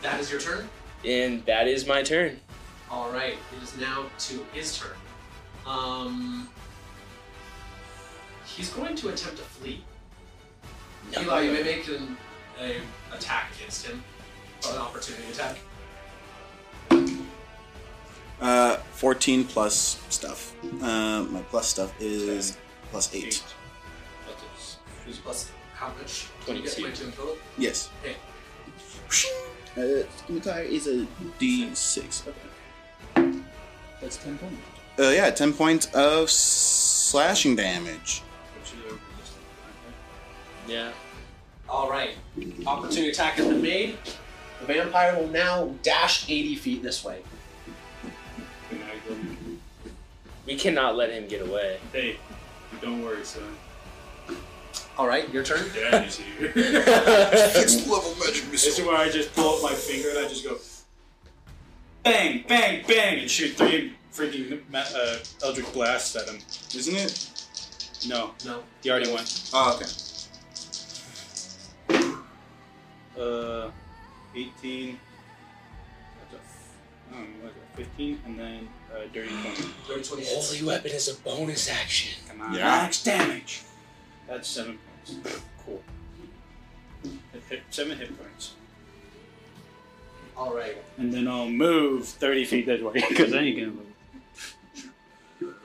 [SPEAKER 3] that is your turn.
[SPEAKER 4] And that is my turn.
[SPEAKER 3] All right, it is now to his turn. Um, he's going to attempt to flee. Eli, you may make an a attack against him, or an opportunity attack.
[SPEAKER 1] Uh, 14 plus stuff. Uh, my plus stuff is plus eight.
[SPEAKER 6] Eight.
[SPEAKER 3] Plus, how much? Did you get
[SPEAKER 4] 22.
[SPEAKER 3] Twenty-two. in total?
[SPEAKER 1] Yes.
[SPEAKER 3] Okay.
[SPEAKER 1] Uh, scimitar is a d6. Okay.
[SPEAKER 25] That's 10 points.
[SPEAKER 1] Uh, yeah, 10 points of slashing damage.
[SPEAKER 4] Yeah.
[SPEAKER 3] All right, opportunity attack has been made. The vampire will now dash eighty feet this way.
[SPEAKER 6] And I go,
[SPEAKER 4] We cannot let him get away. [laughs]
[SPEAKER 6] Hey, don't worry, son.
[SPEAKER 3] All right, your turn.
[SPEAKER 6] Dad is here. [laughs]
[SPEAKER 1] Sixth level magic
[SPEAKER 6] This is where I just pull up my finger and I just go bang, bang, bang, and shoot three freaking ma- uh, Eldritch Blasts at him.
[SPEAKER 1] Isn't it?
[SPEAKER 6] No,
[SPEAKER 3] No.
[SPEAKER 6] he already went.
[SPEAKER 1] Oh, okay.
[SPEAKER 6] Uh, 18. That's a f- I don't know, like a 15, and then uh, dirty 20.
[SPEAKER 3] Dirty twenty.
[SPEAKER 4] Holy weapon is a bonus action.
[SPEAKER 6] Come on.
[SPEAKER 24] Max damage.
[SPEAKER 6] That's seven points. Cool. Hit- hit- Seven hit points.
[SPEAKER 3] All right.
[SPEAKER 6] And then I'll move 30 feet that way, [laughs] because then you can move.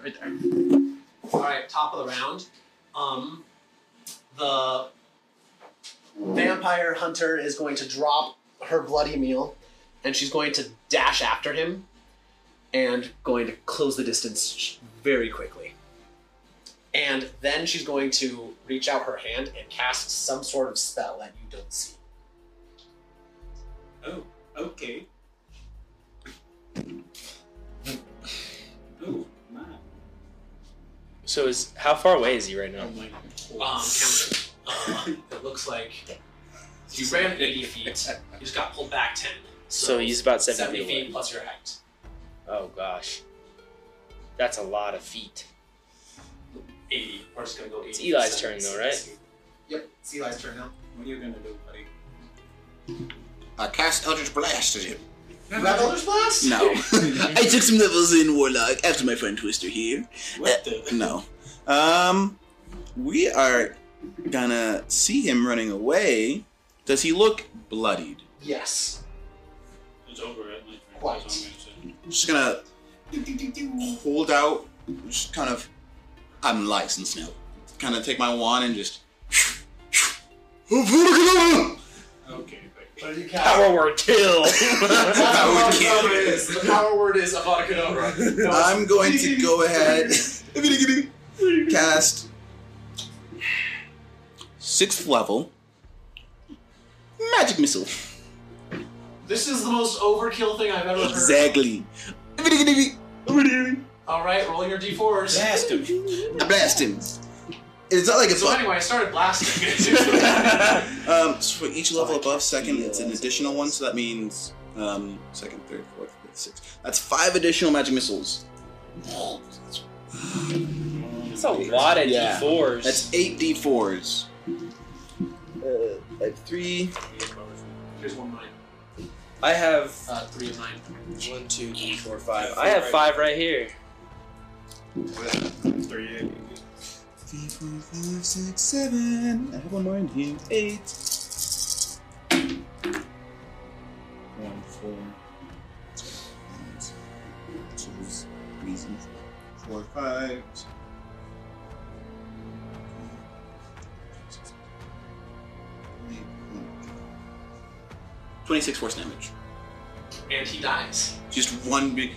[SPEAKER 6] Right there.
[SPEAKER 3] All right, top of the round. Um, the vampire hunter is going to drop her bloody meal, and she's going to dash after him, and going to close the distance sh- very quickly. And then she's going to reach out her hand and cast some sort of spell that you don't see.
[SPEAKER 6] Oh, okay. oh, my.
[SPEAKER 4] So is how far away is he right now?
[SPEAKER 6] my
[SPEAKER 3] Um, counter. Um, it looks like you ran 80 feet. You just got pulled back 10.
[SPEAKER 4] So he's about 70
[SPEAKER 3] 70
[SPEAKER 4] feet away.
[SPEAKER 3] feet plus your height.
[SPEAKER 4] Oh gosh. That's a lot of feet.
[SPEAKER 3] 80. We're just gonna go 80.
[SPEAKER 4] It's Eli's turn though, right?
[SPEAKER 3] Yep, it's Eli's turn now.
[SPEAKER 6] What are you gonna do, buddy?
[SPEAKER 1] I cast Eldritch Blast at him.
[SPEAKER 3] You have Elder's Blast?
[SPEAKER 1] No. [laughs] I took some levels in Warlock after my friend Twister here.
[SPEAKER 6] What
[SPEAKER 1] Uh, No. Um, we are gonna see him running away. Does he look bloodied?
[SPEAKER 3] Yes.
[SPEAKER 6] It's over at my turn.
[SPEAKER 3] Quite.
[SPEAKER 6] that's all I'm gonna say.
[SPEAKER 1] I'm just gonna hold out, just kind of, I'm licensed now. Kind of take my wand and just. [laughs]
[SPEAKER 6] Okay, wait.
[SPEAKER 3] What do you cast?
[SPEAKER 4] word kill.
[SPEAKER 1] That would kill.
[SPEAKER 3] The power word is Avocadabra. No,
[SPEAKER 1] I'm going to go ahead cast sixth level magic missile.
[SPEAKER 3] this is the most overkill thing I've ever heard.
[SPEAKER 1] Exactly. I
[SPEAKER 3] All right, roll your d4s.
[SPEAKER 26] Blast him.
[SPEAKER 1] blast him. It's not like it's
[SPEAKER 3] So
[SPEAKER 1] like
[SPEAKER 3] anyway, I started blasting.
[SPEAKER 1] um, so for each level above second, it's an additional one. So that means um, second, third, fourth, fifth, sixth. That's five additional magic missiles.
[SPEAKER 4] That's a lot of
[SPEAKER 1] Yeah.
[SPEAKER 4] D4s.
[SPEAKER 1] That's eight d4s. Uh, like three.
[SPEAKER 3] Here's one of mine.
[SPEAKER 4] I have
[SPEAKER 3] Uh, three of mine.
[SPEAKER 4] one, two, three, four, five. I have five right here.
[SPEAKER 6] Three, eight.
[SPEAKER 1] Three, four, five, six, seven. I have one more in here. Eight. One, four. nine, Two, three, four, five. Twenty-six force damage.
[SPEAKER 3] And he dies.
[SPEAKER 1] Just one big.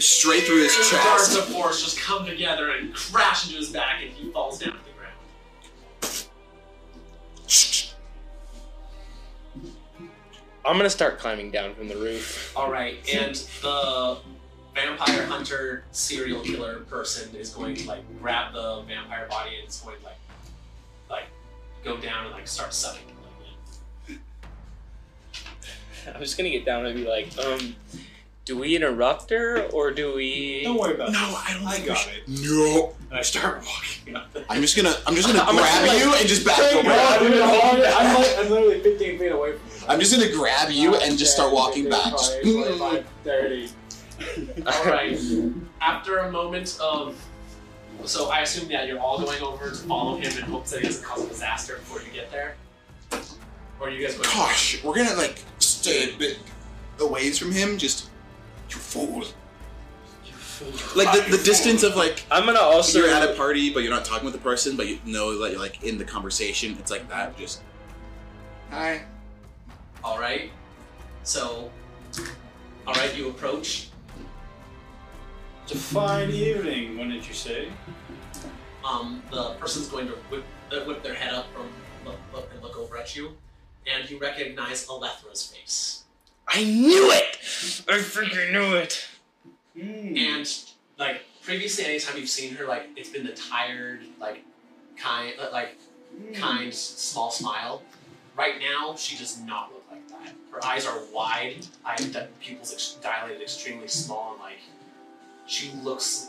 [SPEAKER 1] Straight through his
[SPEAKER 3] Two darts
[SPEAKER 1] chest.
[SPEAKER 3] of force just come together and crash into his back, and he falls down to the ground.
[SPEAKER 4] I'm gonna start climbing down from the roof. [laughs]
[SPEAKER 3] All right, and the vampire hunter serial killer person is going to like grab the vampire body and is going to like like go down and like start sucking. it, Like,
[SPEAKER 4] I was gonna get down and be like, um, do we interrupt her or do we?
[SPEAKER 6] [laughs] Don't worry about it.
[SPEAKER 1] No, I don't
[SPEAKER 6] I
[SPEAKER 1] think we
[SPEAKER 6] got
[SPEAKER 1] should-
[SPEAKER 6] it.
[SPEAKER 1] No.
[SPEAKER 6] And I start walking up.
[SPEAKER 1] I'm just gonna I'm just gonna
[SPEAKER 4] [laughs] I'm gonna
[SPEAKER 1] grab
[SPEAKER 4] like-
[SPEAKER 1] you and just back
[SPEAKER 6] Oh
[SPEAKER 1] over.
[SPEAKER 6] I'm gonna hold it. I'm
[SPEAKER 27] like, I'm literally 15 feet away from you.
[SPEAKER 1] I'm just gonna grab you and just start walking back. Mm, Just-
[SPEAKER 3] All right. After a moment of, so I assume that you're all going over to follow him in hopes that he doesn't cause a disaster before you get there. Or are you guys going?
[SPEAKER 1] Gosh, we're gonna like stay a bit away from him. Just you fool. Like the, the distance of like
[SPEAKER 4] I'm gonna also.
[SPEAKER 1] you're at a party but you're not talking with the person but you know that you're like in the conversation. It's like that. Just hi.
[SPEAKER 3] All right. So, all right, you approach.
[SPEAKER 6] It's a fine evening, wouldn't you say?
[SPEAKER 3] um, the person's going to whip, uh, whip their head up from look, look, and look over at you, and you recognize Alethra's face.
[SPEAKER 4] I knew it. I freaking knew [laughs] it.
[SPEAKER 6] Hmm.
[SPEAKER 3] And like previously, anytime you've seen her, like it's been the tired, like kind, uh, like
[SPEAKER 6] Hmm.
[SPEAKER 3] kind, s- small smile. Right now, she does not look like that. Her eyes are wide, eye di- pupils ex- dilated, extremely small, and like she looks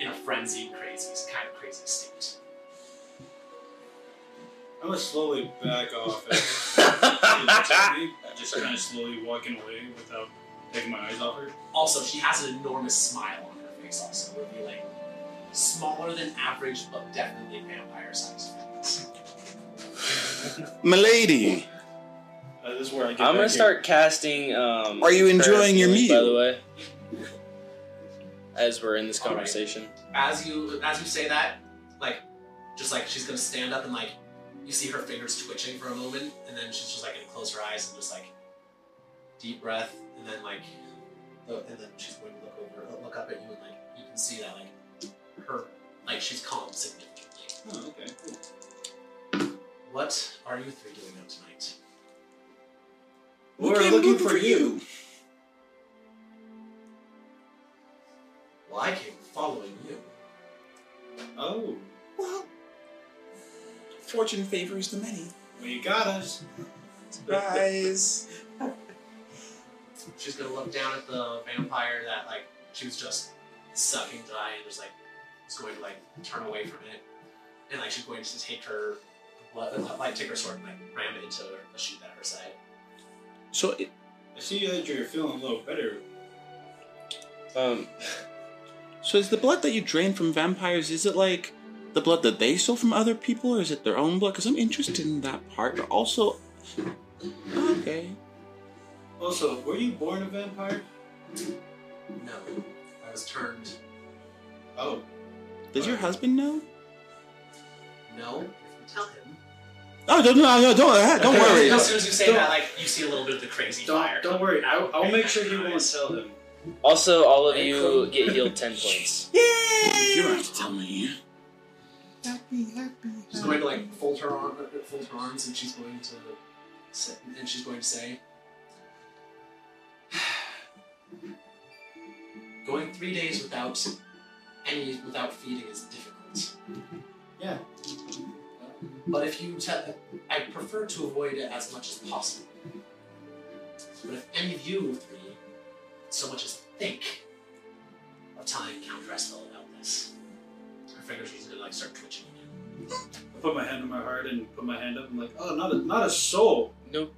[SPEAKER 3] in a frenzied, crazy, kind of crazy state.
[SPEAKER 6] I'm gonna slowly back [laughs] off. and- just kind of slowly walking away without taking my eyes off her.
[SPEAKER 3] Also, she has an enormous smile on her face, also revealing smaller than average, but definitely vampire sized fangs.
[SPEAKER 1] Milady,
[SPEAKER 6] Uh, this is where I get.
[SPEAKER 4] I'm gonna
[SPEAKER 6] back in.
[SPEAKER 4] start casting. Um,
[SPEAKER 1] Are you
[SPEAKER 4] prayer
[SPEAKER 1] enjoying your
[SPEAKER 4] healing, By
[SPEAKER 1] meal?
[SPEAKER 4] the way, as we're in this
[SPEAKER 3] All right.
[SPEAKER 4] conversation,
[SPEAKER 3] As you as you say that, like, just like she's gonna stand up and like, you see her fingers twitching for a moment, and then she's just like gonna close her eyes and just like, deep breath, and then like, look, and then she's going to look over, look up at you, and like, you can see that like, her, like she's calm significantly.
[SPEAKER 6] Oh, okay. Cool.
[SPEAKER 3] What are you three doing out tonight?
[SPEAKER 6] We're looking for you.
[SPEAKER 3] Well, I came following you.
[SPEAKER 6] Oh,
[SPEAKER 1] Well, fortune favors the many.
[SPEAKER 6] well, you got us.
[SPEAKER 1] Surprise.
[SPEAKER 3] She's gonna look down at the vampire that like she was just sucking dry and just like is going to like turn away from it, and like she's going to take her like take her sword and like ram it into a sheet at her side.
[SPEAKER 1] so it,
[SPEAKER 6] I see that you're feeling a little better.
[SPEAKER 4] um,
[SPEAKER 1] so is the blood that you drain from vampires? Is it like the blood that they stole from other people, or is it their own blood? Because I'm interested in that part. But also, okay.
[SPEAKER 6] Also, were you born a vampire?
[SPEAKER 3] No, I was turned.
[SPEAKER 6] Oh,
[SPEAKER 1] Does your husband know?
[SPEAKER 3] No, if you tell him.
[SPEAKER 1] Oh, no, no, no, don't, don't worry.
[SPEAKER 3] As soon as you say that, like you see a little bit of the crazy fire.
[SPEAKER 28] Don't, don't worry. I, I'll make sure he won't tell them.
[SPEAKER 4] Also, all of you get [laughs] healed 10 points.
[SPEAKER 1] You don't have to tell me.
[SPEAKER 3] She's going to like fold her arm, fold her arms, and she's going to, say, and she's going to say, [sighs] going three days without any without feeding is difficult.
[SPEAKER 6] Yeah.
[SPEAKER 3] But if you tell, I prefer to avoid it as much as possible. But if any of you three, so much as think of telling Count Dressel about this, her fingers are gonna like start twitching again.
[SPEAKER 6] I put my hand on my heart and put my hand up. I'm like, oh, not a, not a soul.
[SPEAKER 4] Mm-mm.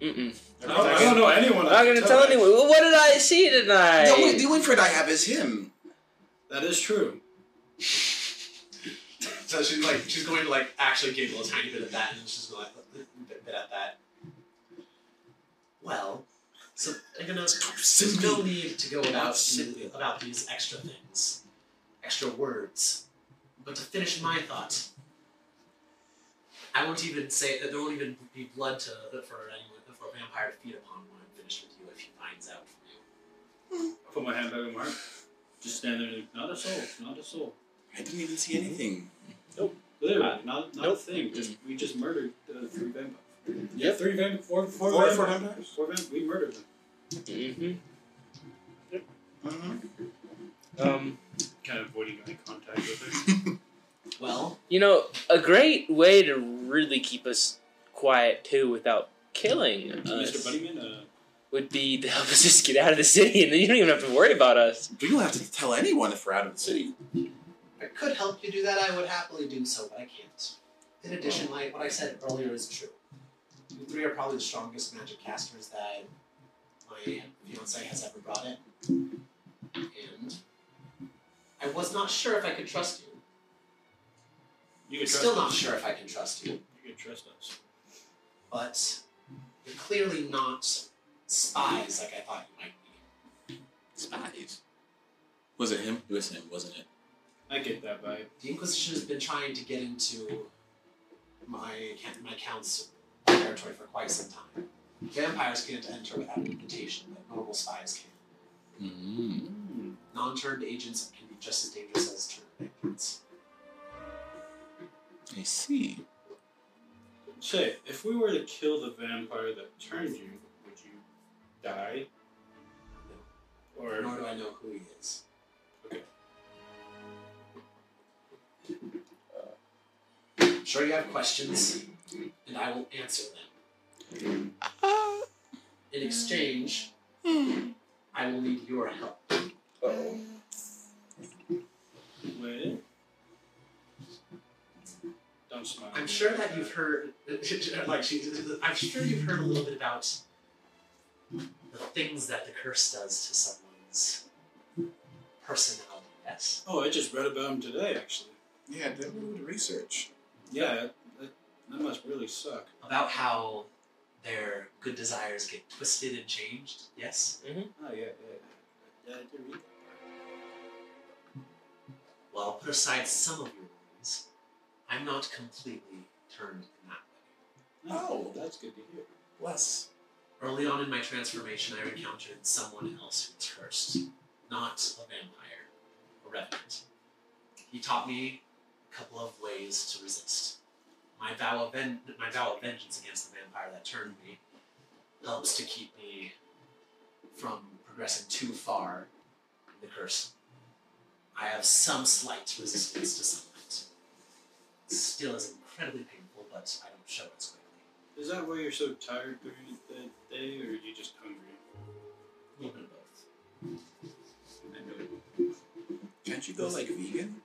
[SPEAKER 6] I don't, I don't know anyone.
[SPEAKER 4] I'm not gonna tell anyone. Well, What did I see tonight?
[SPEAKER 1] The only, the only friend I have is him.
[SPEAKER 6] That is true.
[SPEAKER 3] So she's like, she's going to like actually giggle a tiny bit at that, and she's going to like a bit, bit at that. Well, so I'm gonna. There's no need to go about the- about these extra things, extra words. But to finish my thought, I won't even say that there won't even be blood to for anyone for a vampire to feed upon when I'm finished with you if he finds out from you.
[SPEAKER 6] I put my hand back on my heart. Just stand there and not a soul, not a soul.
[SPEAKER 1] I didn't even see anything.
[SPEAKER 6] Literally, not, not a thing. Just we just murdered uh, three vampires. Yeah, three vampires. Four, four,
[SPEAKER 1] Four-
[SPEAKER 6] vamp-
[SPEAKER 1] four vampires?
[SPEAKER 6] Four vamp- We murdered them.
[SPEAKER 4] Mm-hmm.
[SPEAKER 1] Mhm.
[SPEAKER 4] Um,
[SPEAKER 6] Kind of avoiding eye contact with
[SPEAKER 3] Well,
[SPEAKER 4] you know, a great way to really keep us quiet too without killing
[SPEAKER 6] them.
[SPEAKER 4] us
[SPEAKER 6] Mr. Bunnyman. Uh,
[SPEAKER 4] would be to help [laughs] us just get out of the city, and then you don't even have to worry about us.
[SPEAKER 1] We don't have to tell anyone if we're out of the city.
[SPEAKER 3] If I could help you do that, I would happily do so, but I can't. In addition, like what I said earlier is true. You three are probably the strongest magic casters that my fiance has ever brought in. And I was not sure if I could trust you.
[SPEAKER 6] you
[SPEAKER 3] I'm
[SPEAKER 6] can trust
[SPEAKER 3] still not
[SPEAKER 6] us.
[SPEAKER 3] sure if I can trust you,
[SPEAKER 6] You can trust us.
[SPEAKER 3] but you're clearly not spies like I thought you might be.
[SPEAKER 1] Spies. Was it him? It was him, wasn't it?
[SPEAKER 6] I get that vibe.
[SPEAKER 3] The Inquisition has been trying to get into my ca- my count's territory for quite some time. Vampires can't enter without an invitation, but normal spies can.
[SPEAKER 1] Mm.
[SPEAKER 3] Non-turned agents can be just as dangerous as turned agents.
[SPEAKER 1] I see.
[SPEAKER 6] Say, if we were to kill the vampire that turned you, would you die? Or
[SPEAKER 3] Nor do I know who he is. I'm Uh, sure you have questions, and I will answer them. In exchange, I will need your help.
[SPEAKER 6] Well, don't smile.
[SPEAKER 3] I'm sure that you've heard, [laughs] like, she, I'm sure you've heard a little bit about the things that the curse does to someone's personality. Yes.
[SPEAKER 6] Oh, I just read about him today, actually.
[SPEAKER 1] Yeah, that would research.
[SPEAKER 6] Yeah, that, that must really suck.
[SPEAKER 3] About how their good desires get twisted and changed. Yes.
[SPEAKER 6] Oh yeah, yeah. yeah I did read
[SPEAKER 3] Well, I'll put aside some of your wounds. I'm not completely turned in that way.
[SPEAKER 6] that.
[SPEAKER 1] Oh.
[SPEAKER 6] that's good to hear.
[SPEAKER 1] Bless.
[SPEAKER 3] Early on in my transformation, I encountered someone else who was cursed, not a vampire, a revenant. He taught me a couple of ways to resist. My vow of, ven- my vow of vengeance against the vampire that turned me helps to keep me from progressing too far in the curse. I have some slight resistance to sunlight. It still is incredibly painful, but I don't show it as quickly.
[SPEAKER 6] Is that why you're so tired during the day, or are you just hungry?
[SPEAKER 3] A little bit of both.
[SPEAKER 6] I know.
[SPEAKER 1] Can't you go like [laughs] vegan?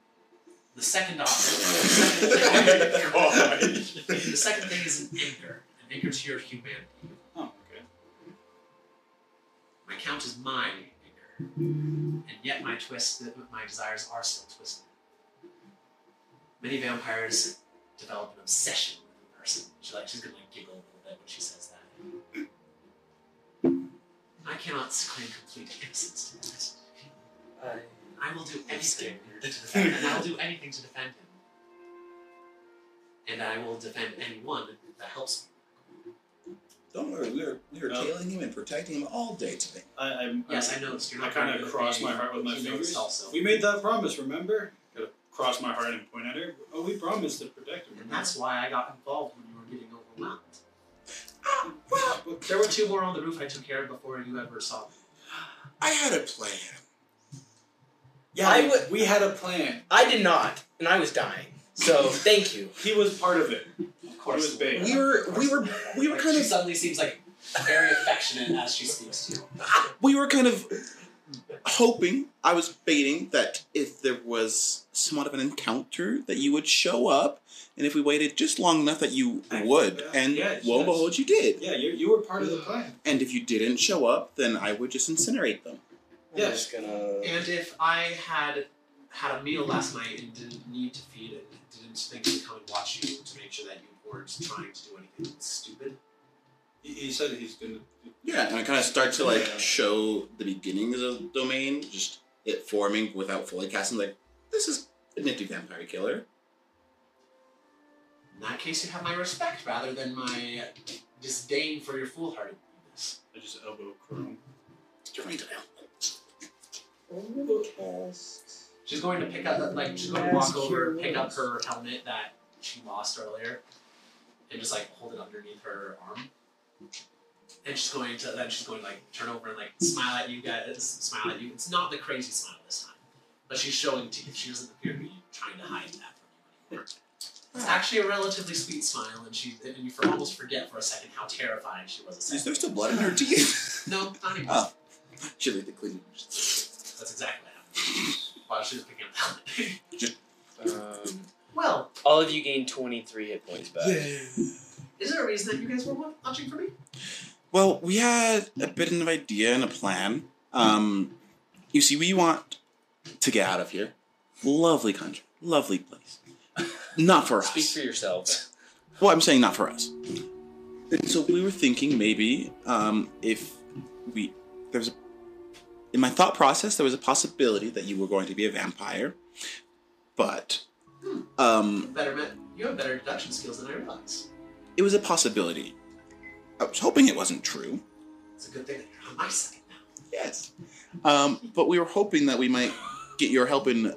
[SPEAKER 3] The second option. [laughs] The second thing, the second thing is an anchor. An anchor to your humanity.
[SPEAKER 6] Oh, okay.
[SPEAKER 3] My count is my anchor. And yet my twist my desires are still twisted. Many vampires develop an obsession with the person. She like she's gonna like giggle a little bit when she says that. I cannot claim complete innocence to this.
[SPEAKER 29] I-
[SPEAKER 3] I will do anything
[SPEAKER 29] scared.
[SPEAKER 3] to defend him. I will do anything to defend him. And I will defend anyone that helps
[SPEAKER 1] Don't worry, we were, we were
[SPEAKER 6] No.
[SPEAKER 1] tailing him and protecting him all day today.
[SPEAKER 6] I, I'm,
[SPEAKER 3] me. Yes, I know this. You're
[SPEAKER 6] I
[SPEAKER 3] not
[SPEAKER 6] kind
[SPEAKER 3] going
[SPEAKER 6] of
[SPEAKER 3] to
[SPEAKER 6] cross
[SPEAKER 3] be-
[SPEAKER 6] my heart with my
[SPEAKER 3] he knows
[SPEAKER 6] fingers.
[SPEAKER 3] Also.
[SPEAKER 6] We made that promise, remember? Gotta cross my heart and point at her. Oh, we promised to protect her.
[SPEAKER 3] And that's why I got involved when you were getting overwhelmed.
[SPEAKER 6] Well,
[SPEAKER 3] There were two more on the roof I took care of before you ever saw them.
[SPEAKER 1] I had a plan.
[SPEAKER 6] Yeah,
[SPEAKER 29] I
[SPEAKER 6] we-
[SPEAKER 29] would-
[SPEAKER 6] we had a plan.
[SPEAKER 29] I did not, and I was dying. So thank you.
[SPEAKER 6] He was part of it.
[SPEAKER 3] Of
[SPEAKER 6] He was big.
[SPEAKER 1] We were we were we were kind
[SPEAKER 3] She
[SPEAKER 1] of
[SPEAKER 3] suddenly seems like very affectionate as she speaks to you.
[SPEAKER 1] we were kind of hoping I was baiting that if there was somewhat of an encounter that you would show up, and if we waited just long enough that you would, and
[SPEAKER 6] Yes,
[SPEAKER 1] lo and
[SPEAKER 6] yes.
[SPEAKER 1] behold, you did.
[SPEAKER 6] Yeah, you, you were part of the plan.
[SPEAKER 1] And if you didn't show up, then I would just incinerate them.
[SPEAKER 6] Yes.
[SPEAKER 4] just gonna.
[SPEAKER 3] And if I had had a meal last night and didn't need to feed it, didn't think to come and watch you to make sure that you weren't trying to do anything stupid.
[SPEAKER 6] He, he said he's gonna.
[SPEAKER 1] Yeah, and I kind of start to like show the beginnings of the domain, just it forming without fully casting. Like this is a nifty vampire killer.
[SPEAKER 3] In that case, you have my respect rather than my disdain for your foolhardiness.
[SPEAKER 6] I just elbow Chrome.
[SPEAKER 1] You're right, I am.
[SPEAKER 3] She's going to pick up, like, she's going to walk over, pick up her helmet that she lost earlier, and just like hold it underneath her arm. And she's going to, then she's going to like turn over and like smile at you guys, smile at you. It's not the crazy smile this time, but she's showing to you. She doesn't appear to be trying to hide that from you anymore. It's actually a relatively sweet smile, and she and you for, almost forget for a second how terrifying she was. A
[SPEAKER 1] Is
[SPEAKER 3] second.
[SPEAKER 1] there still blood in her teeth?
[SPEAKER 3] No, not even.
[SPEAKER 1] Oh. [laughs] she like the clean.
[SPEAKER 3] That's exactly what happened. While she was picking up the helmet. [laughs]
[SPEAKER 4] Um,
[SPEAKER 3] Well,
[SPEAKER 29] All of you gain 23 hit points back.
[SPEAKER 3] is there a reason that you guys were wa- watching for me?
[SPEAKER 1] Well, we had a bit of an idea and a plan. Um, you see, we want to get out of here. Lovely country, lovely place. Not for us.
[SPEAKER 4] speak for yourselves.
[SPEAKER 1] Well, I'm saying not for us. And so we were thinking maybe um, if we there was a, in my thought process there was a possibility that you were going to be a vampire, but
[SPEAKER 4] Hmm.
[SPEAKER 1] um,
[SPEAKER 3] Better, ma- you have better deduction skills than I realize.
[SPEAKER 1] it was a possibility. I was hoping it wasn't true.
[SPEAKER 3] It's a good thing that you're on my side now.
[SPEAKER 1] Yes. Um, but we were hoping that we might get your help in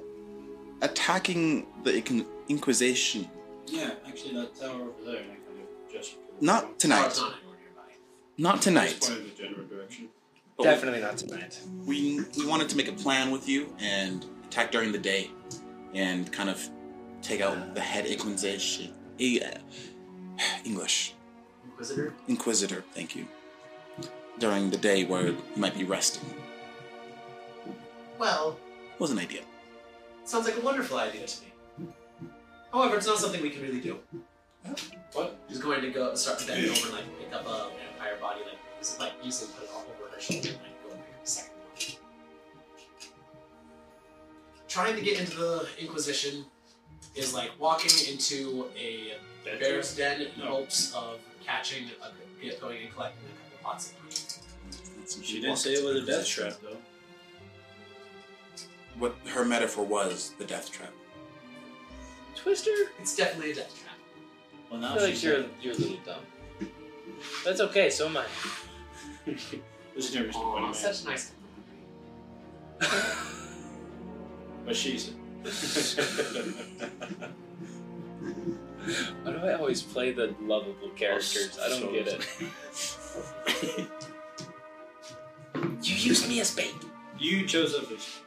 [SPEAKER 1] attacking the Inqu- Inquisition.
[SPEAKER 28] Yeah, actually, that tower over there, and I kind of gesture. to
[SPEAKER 1] Not
[SPEAKER 3] Oh,
[SPEAKER 1] tonight.
[SPEAKER 3] it's not anywhere nearby.
[SPEAKER 1] Not
[SPEAKER 6] Just
[SPEAKER 1] tonight.
[SPEAKER 6] pointed in the general direction.
[SPEAKER 1] But we-
[SPEAKER 4] Definitely not tonight.
[SPEAKER 1] we we wanted to make a plan with you and attack during the day and kind of take out the head inquisition E- uh, english
[SPEAKER 3] Inquisitor,
[SPEAKER 1] inquisitor thank you during the day where you might be resting
[SPEAKER 3] well,
[SPEAKER 1] was an idea
[SPEAKER 3] sounds like a wonderful idea to me. However, it's not something we can really do.
[SPEAKER 6] What?
[SPEAKER 3] He's going to go start bending over and like pick up a vampire body, like this is like using put it all over her shoulder and like go and pick up a second one. Trying to get into the Inquisition is like walking into a
[SPEAKER 6] That
[SPEAKER 3] bear's den in
[SPEAKER 6] No.
[SPEAKER 3] hopes of catching a get going and collecting a couple pots of money.
[SPEAKER 6] She didn't say it was a death trap, though.
[SPEAKER 1] what her metaphor was the death trap
[SPEAKER 4] Twister?
[SPEAKER 3] It's definitely a death trap.
[SPEAKER 28] Well,
[SPEAKER 4] I
[SPEAKER 28] now
[SPEAKER 4] feel
[SPEAKER 28] she's
[SPEAKER 4] like you're, you're a little dumb. That's okay, so am I.
[SPEAKER 6] [laughs] This is never
[SPEAKER 3] Aw,
[SPEAKER 6] disappointing, man.
[SPEAKER 3] such nice.
[SPEAKER 4] [laughs]
[SPEAKER 6] But she's.
[SPEAKER 4] Why do I always play the lovable characters? I don't get it. [laughs]
[SPEAKER 29] You used me as bait.
[SPEAKER 6] [laughs]
[SPEAKER 4] Oh,
[SPEAKER 6] you chose up this.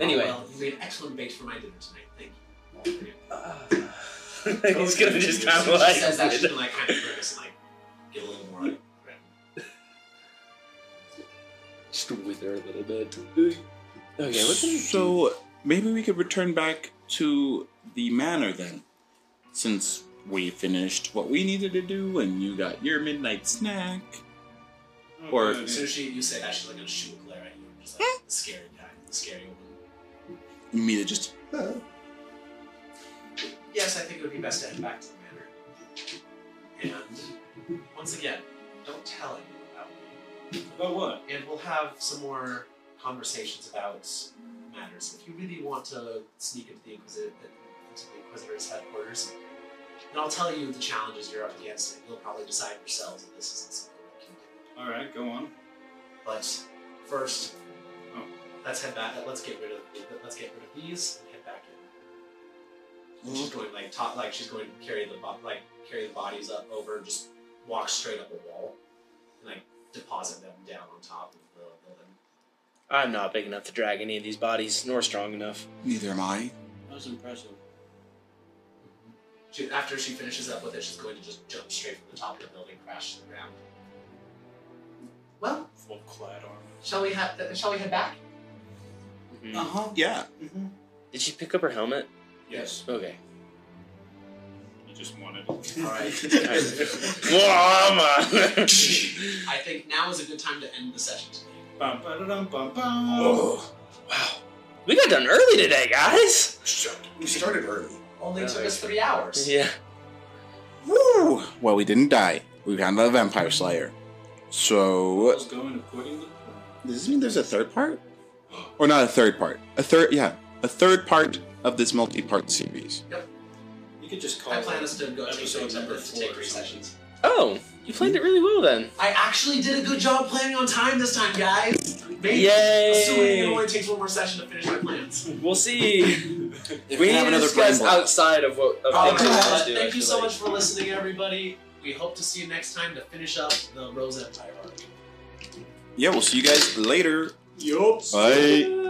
[SPEAKER 29] Anyway.
[SPEAKER 3] Oh, well, you made excellent bait for my dinner tonight. Thank you.
[SPEAKER 4] [laughs] He's gonna just have
[SPEAKER 3] She says that
[SPEAKER 4] like.
[SPEAKER 3] she's gonna like kind of grimace and like get a little more like grim.
[SPEAKER 4] Just wither a little bit. Okay, what's the
[SPEAKER 1] so maybe we could return back to the manor then since we finished what we needed to do and you got your midnight snack Oh, Or-
[SPEAKER 6] Okay.
[SPEAKER 3] As soon as she, you say that, she's like gonna shoot a glare at you, and just like the scary guy, the scary woman.
[SPEAKER 1] Mita just
[SPEAKER 3] Yes, I think it would be best to head back to the manor. And once again, don't tell anyone about me.
[SPEAKER 6] About Oh, what?
[SPEAKER 3] and we'll have some more conversations about matters. If you really want to sneak into the, Inquisi- into the Inquisitor's headquarters, then I'll tell you the challenges you're up against, and you'll probably decide yourselves if this isn't something you can do.
[SPEAKER 6] All right, go on.
[SPEAKER 3] But first,
[SPEAKER 6] Oh.
[SPEAKER 3] let's head back. Let's get rid of let's get rid of these and head back in. She's going like top, like she's going to carry the bo- like carry the bodies up over, just walk straight up a wall, and like deposit them down on top of the building.
[SPEAKER 4] I'm not big enough to drag any of these bodies, nor strong enough.
[SPEAKER 1] Neither am I.
[SPEAKER 28] That was impressive.
[SPEAKER 3] She, after she finishes up with it, she's going to just jump straight from the top of the building, crash to the ground. Well,
[SPEAKER 6] Full clad armor.
[SPEAKER 3] shall we head? shall we head back?
[SPEAKER 28] Uh
[SPEAKER 4] Uh-huh.
[SPEAKER 28] huh.
[SPEAKER 1] [laughs] Yeah.
[SPEAKER 28] Mm-hmm.
[SPEAKER 4] Did she pick up her helmet?
[SPEAKER 6] Yes.
[SPEAKER 4] Okay.
[SPEAKER 6] You just wanted. it. [laughs]
[SPEAKER 3] All right.
[SPEAKER 1] [laughs]
[SPEAKER 3] I think now is a good time to end the session today.
[SPEAKER 6] Bum, ba-da-dum, bum, bum.
[SPEAKER 1] Oh.
[SPEAKER 4] [laughs] we got done early today, guys.
[SPEAKER 1] We started early.
[SPEAKER 3] Only
[SPEAKER 4] Yeah,
[SPEAKER 3] took us three hours.
[SPEAKER 4] Yeah.
[SPEAKER 1] Woo! Well, we didn't die. We found the Vampire Slayer.
[SPEAKER 6] I
[SPEAKER 1] So,
[SPEAKER 6] was going according to
[SPEAKER 1] does this mean there's a third [gasps] part? Or not a third part? A third, yeah, a third part of this multi-part series.
[SPEAKER 6] You could just call
[SPEAKER 3] I
[SPEAKER 6] it
[SPEAKER 3] plan us to go take,
[SPEAKER 6] episode
[SPEAKER 3] take,
[SPEAKER 6] number
[SPEAKER 3] to take
[SPEAKER 6] four or
[SPEAKER 3] three
[SPEAKER 6] something.
[SPEAKER 3] sessions.
[SPEAKER 4] Oh, you played it really well then.
[SPEAKER 3] I actually did a good job planning on time this time, guys. Maybe. Assuming it
[SPEAKER 4] Yay!
[SPEAKER 3] only takes one more session to finish my plans.
[SPEAKER 4] We'll see.
[SPEAKER 1] If
[SPEAKER 4] we
[SPEAKER 1] we
[SPEAKER 4] need
[SPEAKER 1] have
[SPEAKER 4] to
[SPEAKER 1] another
[SPEAKER 4] discuss
[SPEAKER 1] brain block.
[SPEAKER 4] outside of what. Of
[SPEAKER 3] All right,
[SPEAKER 4] things we
[SPEAKER 3] uh,
[SPEAKER 4] should do,
[SPEAKER 3] thank
[SPEAKER 4] I
[SPEAKER 3] you
[SPEAKER 4] feel
[SPEAKER 3] so
[SPEAKER 4] like.
[SPEAKER 3] much for listening, everybody. We hope to see you next time to finish up the Rose Empire arc.
[SPEAKER 1] Yeah, we'll see you guys later.
[SPEAKER 6] Yup.
[SPEAKER 1] Bye.